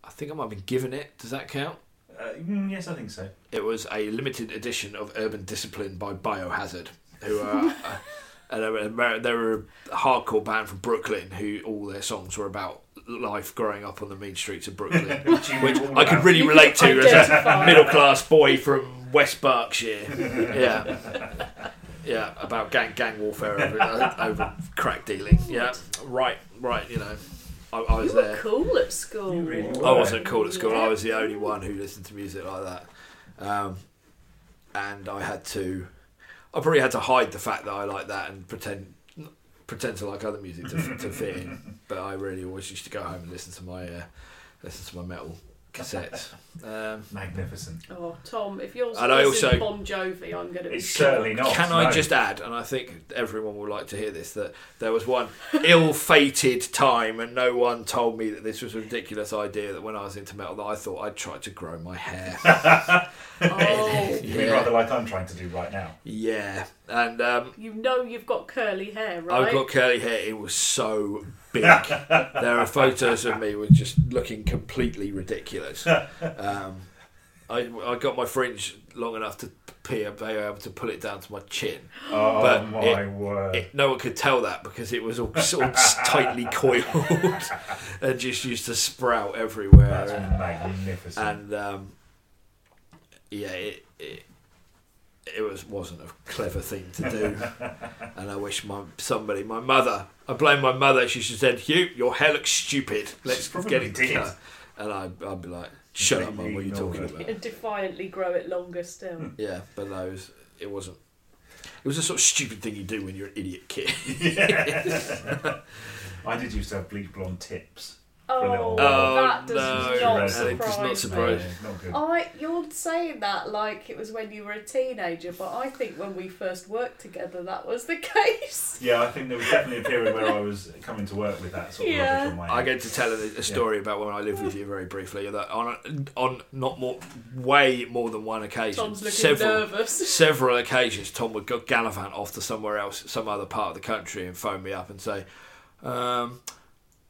[SPEAKER 2] i think i might have been given it does that count
[SPEAKER 1] Uh, mm, yes, I think so.
[SPEAKER 2] it was a limited edition of urban discipline by biohazard who are uh, and they were an Amer- they were a hardcore band from brooklyn who all their songs were about life growing up on the mean streets of brooklyn
[SPEAKER 1] Which you
[SPEAKER 2] which
[SPEAKER 1] knew all
[SPEAKER 2] I could
[SPEAKER 1] about.
[SPEAKER 2] really
[SPEAKER 3] You could
[SPEAKER 2] relate to as a
[SPEAKER 3] identify.
[SPEAKER 2] middle class boy from West Berkshire. Yeah. Yeah, about gang gang warfare over, over crack dealing. Yeah, right, right. You know, I, I was
[SPEAKER 3] you were
[SPEAKER 2] there.
[SPEAKER 3] cool at school.
[SPEAKER 1] You really were.
[SPEAKER 2] I wasn't cool at school. I was the only one who listened to music like that, um, and I had to. I probably had to hide the fact that I like that and pretend pretend to like other music to, to fit in. But I really always used to go home and listen to my uh, listen to my metal cassettes. Um,
[SPEAKER 1] Magnificent.
[SPEAKER 3] Oh, Tom, if yours
[SPEAKER 2] And I
[SPEAKER 3] isn't
[SPEAKER 2] also-
[SPEAKER 3] Bon Jovi, I'm going to be.
[SPEAKER 1] It's uh, certainly not.
[SPEAKER 2] Can I
[SPEAKER 1] no.
[SPEAKER 2] just add, and I think everyone will like to hear this, that there was one ill-fated time, and no one told me that this was a ridiculous idea. That when I was into metal, that I thought I'd try to grow my hair.
[SPEAKER 3] Oh,
[SPEAKER 1] You'd be
[SPEAKER 2] Yeah.
[SPEAKER 1] rather like I'm trying to do right now.
[SPEAKER 2] yeah, and um,
[SPEAKER 3] you know you've got curly hair, right?
[SPEAKER 2] I've got curly hair. It was so big. there are photos of me with just looking completely ridiculous. Um, I, I got my fringe long enough to be able to pull it down to my chin.
[SPEAKER 1] Oh
[SPEAKER 2] But
[SPEAKER 1] my
[SPEAKER 2] it-
[SPEAKER 1] word.
[SPEAKER 2] it, no one could tell that because it was all sort of tightly coiled and just used to sprout
[SPEAKER 1] That's
[SPEAKER 2] everywhere.
[SPEAKER 1] magnificent.
[SPEAKER 2] And um, yeah, it, it it was wasn't a clever thing to do. and I wish my somebody, my mother, I blame my mother. She should have said, "Hugh, your hair looks stupid. Let's
[SPEAKER 1] probably
[SPEAKER 2] get it."
[SPEAKER 1] did.
[SPEAKER 2] cut." And I, I'd be like, "Shut up, mum. What are you
[SPEAKER 1] Completely
[SPEAKER 2] talking
[SPEAKER 1] ignored
[SPEAKER 2] about?"
[SPEAKER 1] Hmm.
[SPEAKER 3] And defiantly grow it longer still.
[SPEAKER 2] Yeah, but no, it, was, it wasn't. It was a sort of stupid thing you do when you're an idiot kid.
[SPEAKER 1] I did used to have bleach blonde tips. For a
[SPEAKER 3] Oh,
[SPEAKER 1] little
[SPEAKER 2] while.
[SPEAKER 3] that does
[SPEAKER 2] Oh,
[SPEAKER 1] no.
[SPEAKER 3] not
[SPEAKER 1] That
[SPEAKER 3] surprise
[SPEAKER 2] does not
[SPEAKER 3] me.
[SPEAKER 2] surprise Right.
[SPEAKER 1] Yeah, not good.
[SPEAKER 3] I, you're saying that like it was when you were a teenager, but I think when we first worked together, that was the case.
[SPEAKER 1] Yeah, I think there was definitely a period where I was coming to work with that sort of
[SPEAKER 3] Yeah.
[SPEAKER 1] rubbish on my head.
[SPEAKER 2] I get to tell a, a story about when I lived with you very briefly. That on on not more, way more than one occasion,
[SPEAKER 3] Tom's looking
[SPEAKER 2] several
[SPEAKER 3] nervous.
[SPEAKER 2] several occasions, Tom would go gallivant off to somewhere else, some other part of the country, and phone me up and say, um,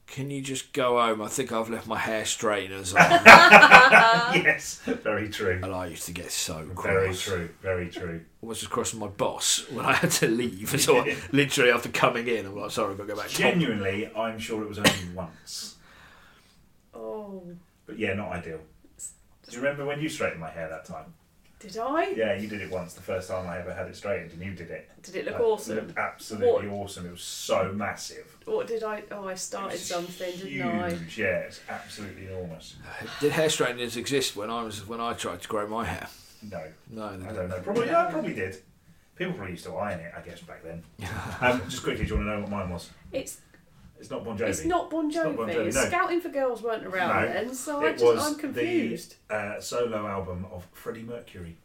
[SPEAKER 2] "Can you just go home? I think I've left my hair straighteners on."
[SPEAKER 1] yes, very true.
[SPEAKER 2] and I used to get so cross.
[SPEAKER 1] Very true. Very true.
[SPEAKER 2] Almost as cross as my boss when I had to leave. And so I, literally after coming in, I'm like, "Sorry, I've got to go back." Tom,
[SPEAKER 1] Genuinely, I'm sure it was only once.
[SPEAKER 3] Oh,
[SPEAKER 1] But yeah, not ideal. Do you remember when you straightened my hair that time?
[SPEAKER 3] did I?
[SPEAKER 1] Yeah, you did it once, the first time I ever had it straightened, and you did it.
[SPEAKER 3] Did it look
[SPEAKER 1] Like,
[SPEAKER 3] awesome?
[SPEAKER 1] looked absolutely
[SPEAKER 3] What?
[SPEAKER 1] awesome. It was so massive.
[SPEAKER 3] What did I? Oh, I
[SPEAKER 1] It
[SPEAKER 3] started
[SPEAKER 1] was
[SPEAKER 3] something, didn't
[SPEAKER 1] huge.
[SPEAKER 3] I?
[SPEAKER 1] Yeah, it's absolutely enormous.
[SPEAKER 2] Did hair straighteners exist when I was when I tried to grow my hair?
[SPEAKER 1] No,
[SPEAKER 2] No, they
[SPEAKER 1] I
[SPEAKER 2] didn't.
[SPEAKER 1] don't know. Probably, yeah, I probably did. People probably used to iron it, I guess, back then. um, just quickly, do you want to know what mine was?
[SPEAKER 3] It's
[SPEAKER 1] It's not Bon Jovi.
[SPEAKER 3] it's not Bon Jovi.
[SPEAKER 1] not Bon Jovi, no.
[SPEAKER 3] Scouting for Girls weren't around
[SPEAKER 1] No,
[SPEAKER 3] then, so I
[SPEAKER 1] It
[SPEAKER 3] just
[SPEAKER 1] was
[SPEAKER 3] I'm confused.
[SPEAKER 1] the uh, solo album of Freddie Mercury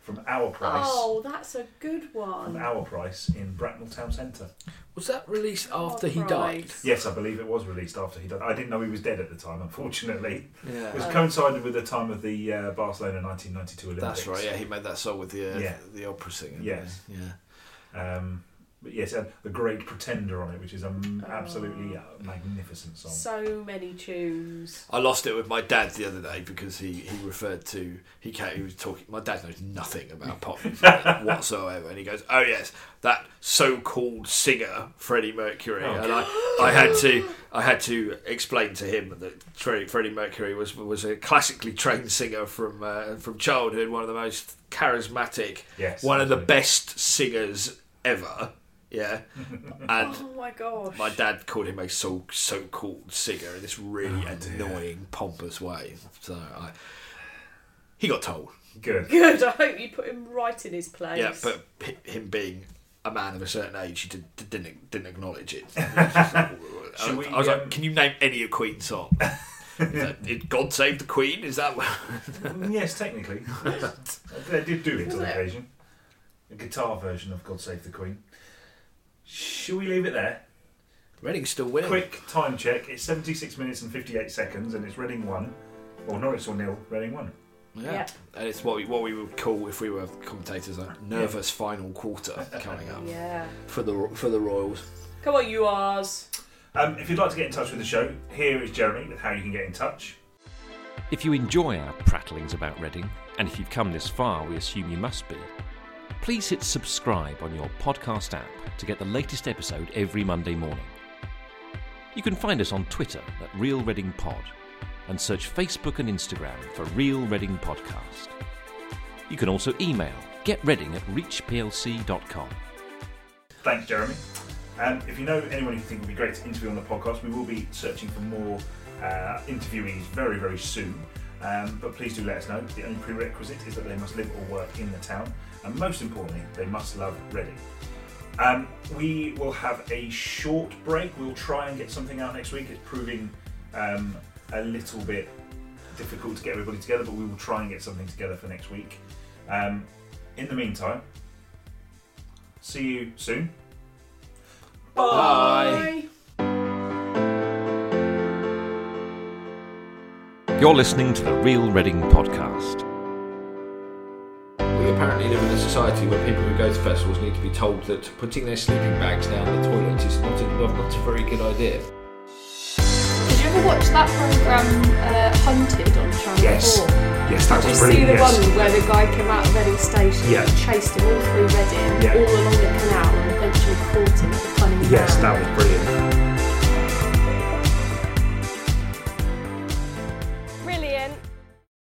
[SPEAKER 1] from Our Price.
[SPEAKER 3] Oh, that's a good
[SPEAKER 1] From
[SPEAKER 3] one.
[SPEAKER 1] Our Price in Bracknell Town Centre.
[SPEAKER 2] Was that released after
[SPEAKER 3] Oh,
[SPEAKER 2] he died?
[SPEAKER 3] Christ.
[SPEAKER 1] Yes, I believe it was released after he died. I didn't know he was dead at the time, unfortunately. It was
[SPEAKER 2] Yeah,
[SPEAKER 3] Uh,
[SPEAKER 1] coincided with the time of the uh, Barcelona 1992 Olympics.
[SPEAKER 2] that's right. Yeah, he made that song with the uh,
[SPEAKER 1] Yeah.
[SPEAKER 2] the opera singer. didn't
[SPEAKER 1] Yes.
[SPEAKER 2] he? yeah.
[SPEAKER 1] Um, but yes, and The Great Pretender on it, which is an
[SPEAKER 3] Oh.
[SPEAKER 1] absolutely uh, magnificent song.
[SPEAKER 3] So many tunes.
[SPEAKER 2] I lost it with my dad the other day because he, he referred to he came, he was talking. My dad knows nothing about pop music whatsoever, and he goes, "Oh yes, that so-called singer Freddie Mercury."
[SPEAKER 1] Oh.
[SPEAKER 2] And I, I had to I had to explain to him that Fre- Freddie Mercury was was a classically trained singer from uh, from childhood, one of the most charismatic,
[SPEAKER 1] Yes,
[SPEAKER 2] one of the
[SPEAKER 1] absolutely.
[SPEAKER 2] best singers ever. Yeah, and
[SPEAKER 3] Oh my gosh.
[SPEAKER 2] my dad called him a so so called singer in this really
[SPEAKER 1] Oh,
[SPEAKER 2] annoying, pompous way. So I, he got told.
[SPEAKER 1] Good.
[SPEAKER 3] Good. I hope you put him right in his place.
[SPEAKER 2] Yeah, but hi- him being a man of a certain age, he did, didn't didn't acknowledge it. I,
[SPEAKER 1] Shall we,
[SPEAKER 2] I was
[SPEAKER 1] um,
[SPEAKER 2] like, "Can you name any of Queen's song?" Is that- did God Save the Queen? Is that what?
[SPEAKER 1] yes, technically. they did do it
[SPEAKER 3] Was
[SPEAKER 1] on
[SPEAKER 3] it?
[SPEAKER 1] occasion. A guitar version of God Save the Queen. Shall we leave it there?
[SPEAKER 2] Reading's still winning.
[SPEAKER 1] Quick time check. It's 76 minutes and 58 seconds, and it's Reading 1. Or Norwich or nil, Reading 1.
[SPEAKER 2] Yeah.
[SPEAKER 3] Yeah.
[SPEAKER 2] and it's what we what we would call if we were commentators a nervous final quarter coming up
[SPEAKER 3] Yeah.
[SPEAKER 2] for the for the Royals.
[SPEAKER 3] Come on, you ours.
[SPEAKER 1] Um, if you'd like to get in touch with the show, here is Jeremy with how you can get in touch.
[SPEAKER 4] If you enjoy our prattlings about Reading, and if you've come this far, we assume you must be, please hit subscribe on your podcast app to get the latest episode every Monday morning. You can find us on Twitter at Real Reading Pod and search Facebook and Instagram for Real Reading Podcast. You can also email getreading at reachplc.com.
[SPEAKER 1] Thanks, Jeremy. Um, if you know anyone you think would be great to interview on the podcast, we will be searching for more uh, interviewees very, very soon. Um, but please do let us know. The only prerequisite is that they must live or work in the town, and most importantly, they must love Reading. Um, we will have a short break. We'll try and get something out next week. It's proving um, a little bit difficult to get everybody together, but we will try and get something together for next week. Um, in the meantime, see you soon.
[SPEAKER 2] Bye.
[SPEAKER 4] You're listening to the Real Reading Podcast.
[SPEAKER 2] We apparently live in a society where people who go to festivals need to be told that putting their sleeping bags down the toilet is not a, not a very good idea.
[SPEAKER 5] Did you ever watch that program, uh, Hunted on Channel
[SPEAKER 1] Yes.
[SPEAKER 5] 4?
[SPEAKER 1] Yes, that
[SPEAKER 5] Did you
[SPEAKER 1] was
[SPEAKER 5] see
[SPEAKER 1] brilliant.
[SPEAKER 5] the
[SPEAKER 1] yes.
[SPEAKER 5] one where the guy came out of Reading Station
[SPEAKER 1] Yeah.
[SPEAKER 5] and chased him all through Reading,
[SPEAKER 1] Yeah.
[SPEAKER 5] all along the canal, and eventually caught him at the Cunningham?
[SPEAKER 1] Yes, that was brilliant.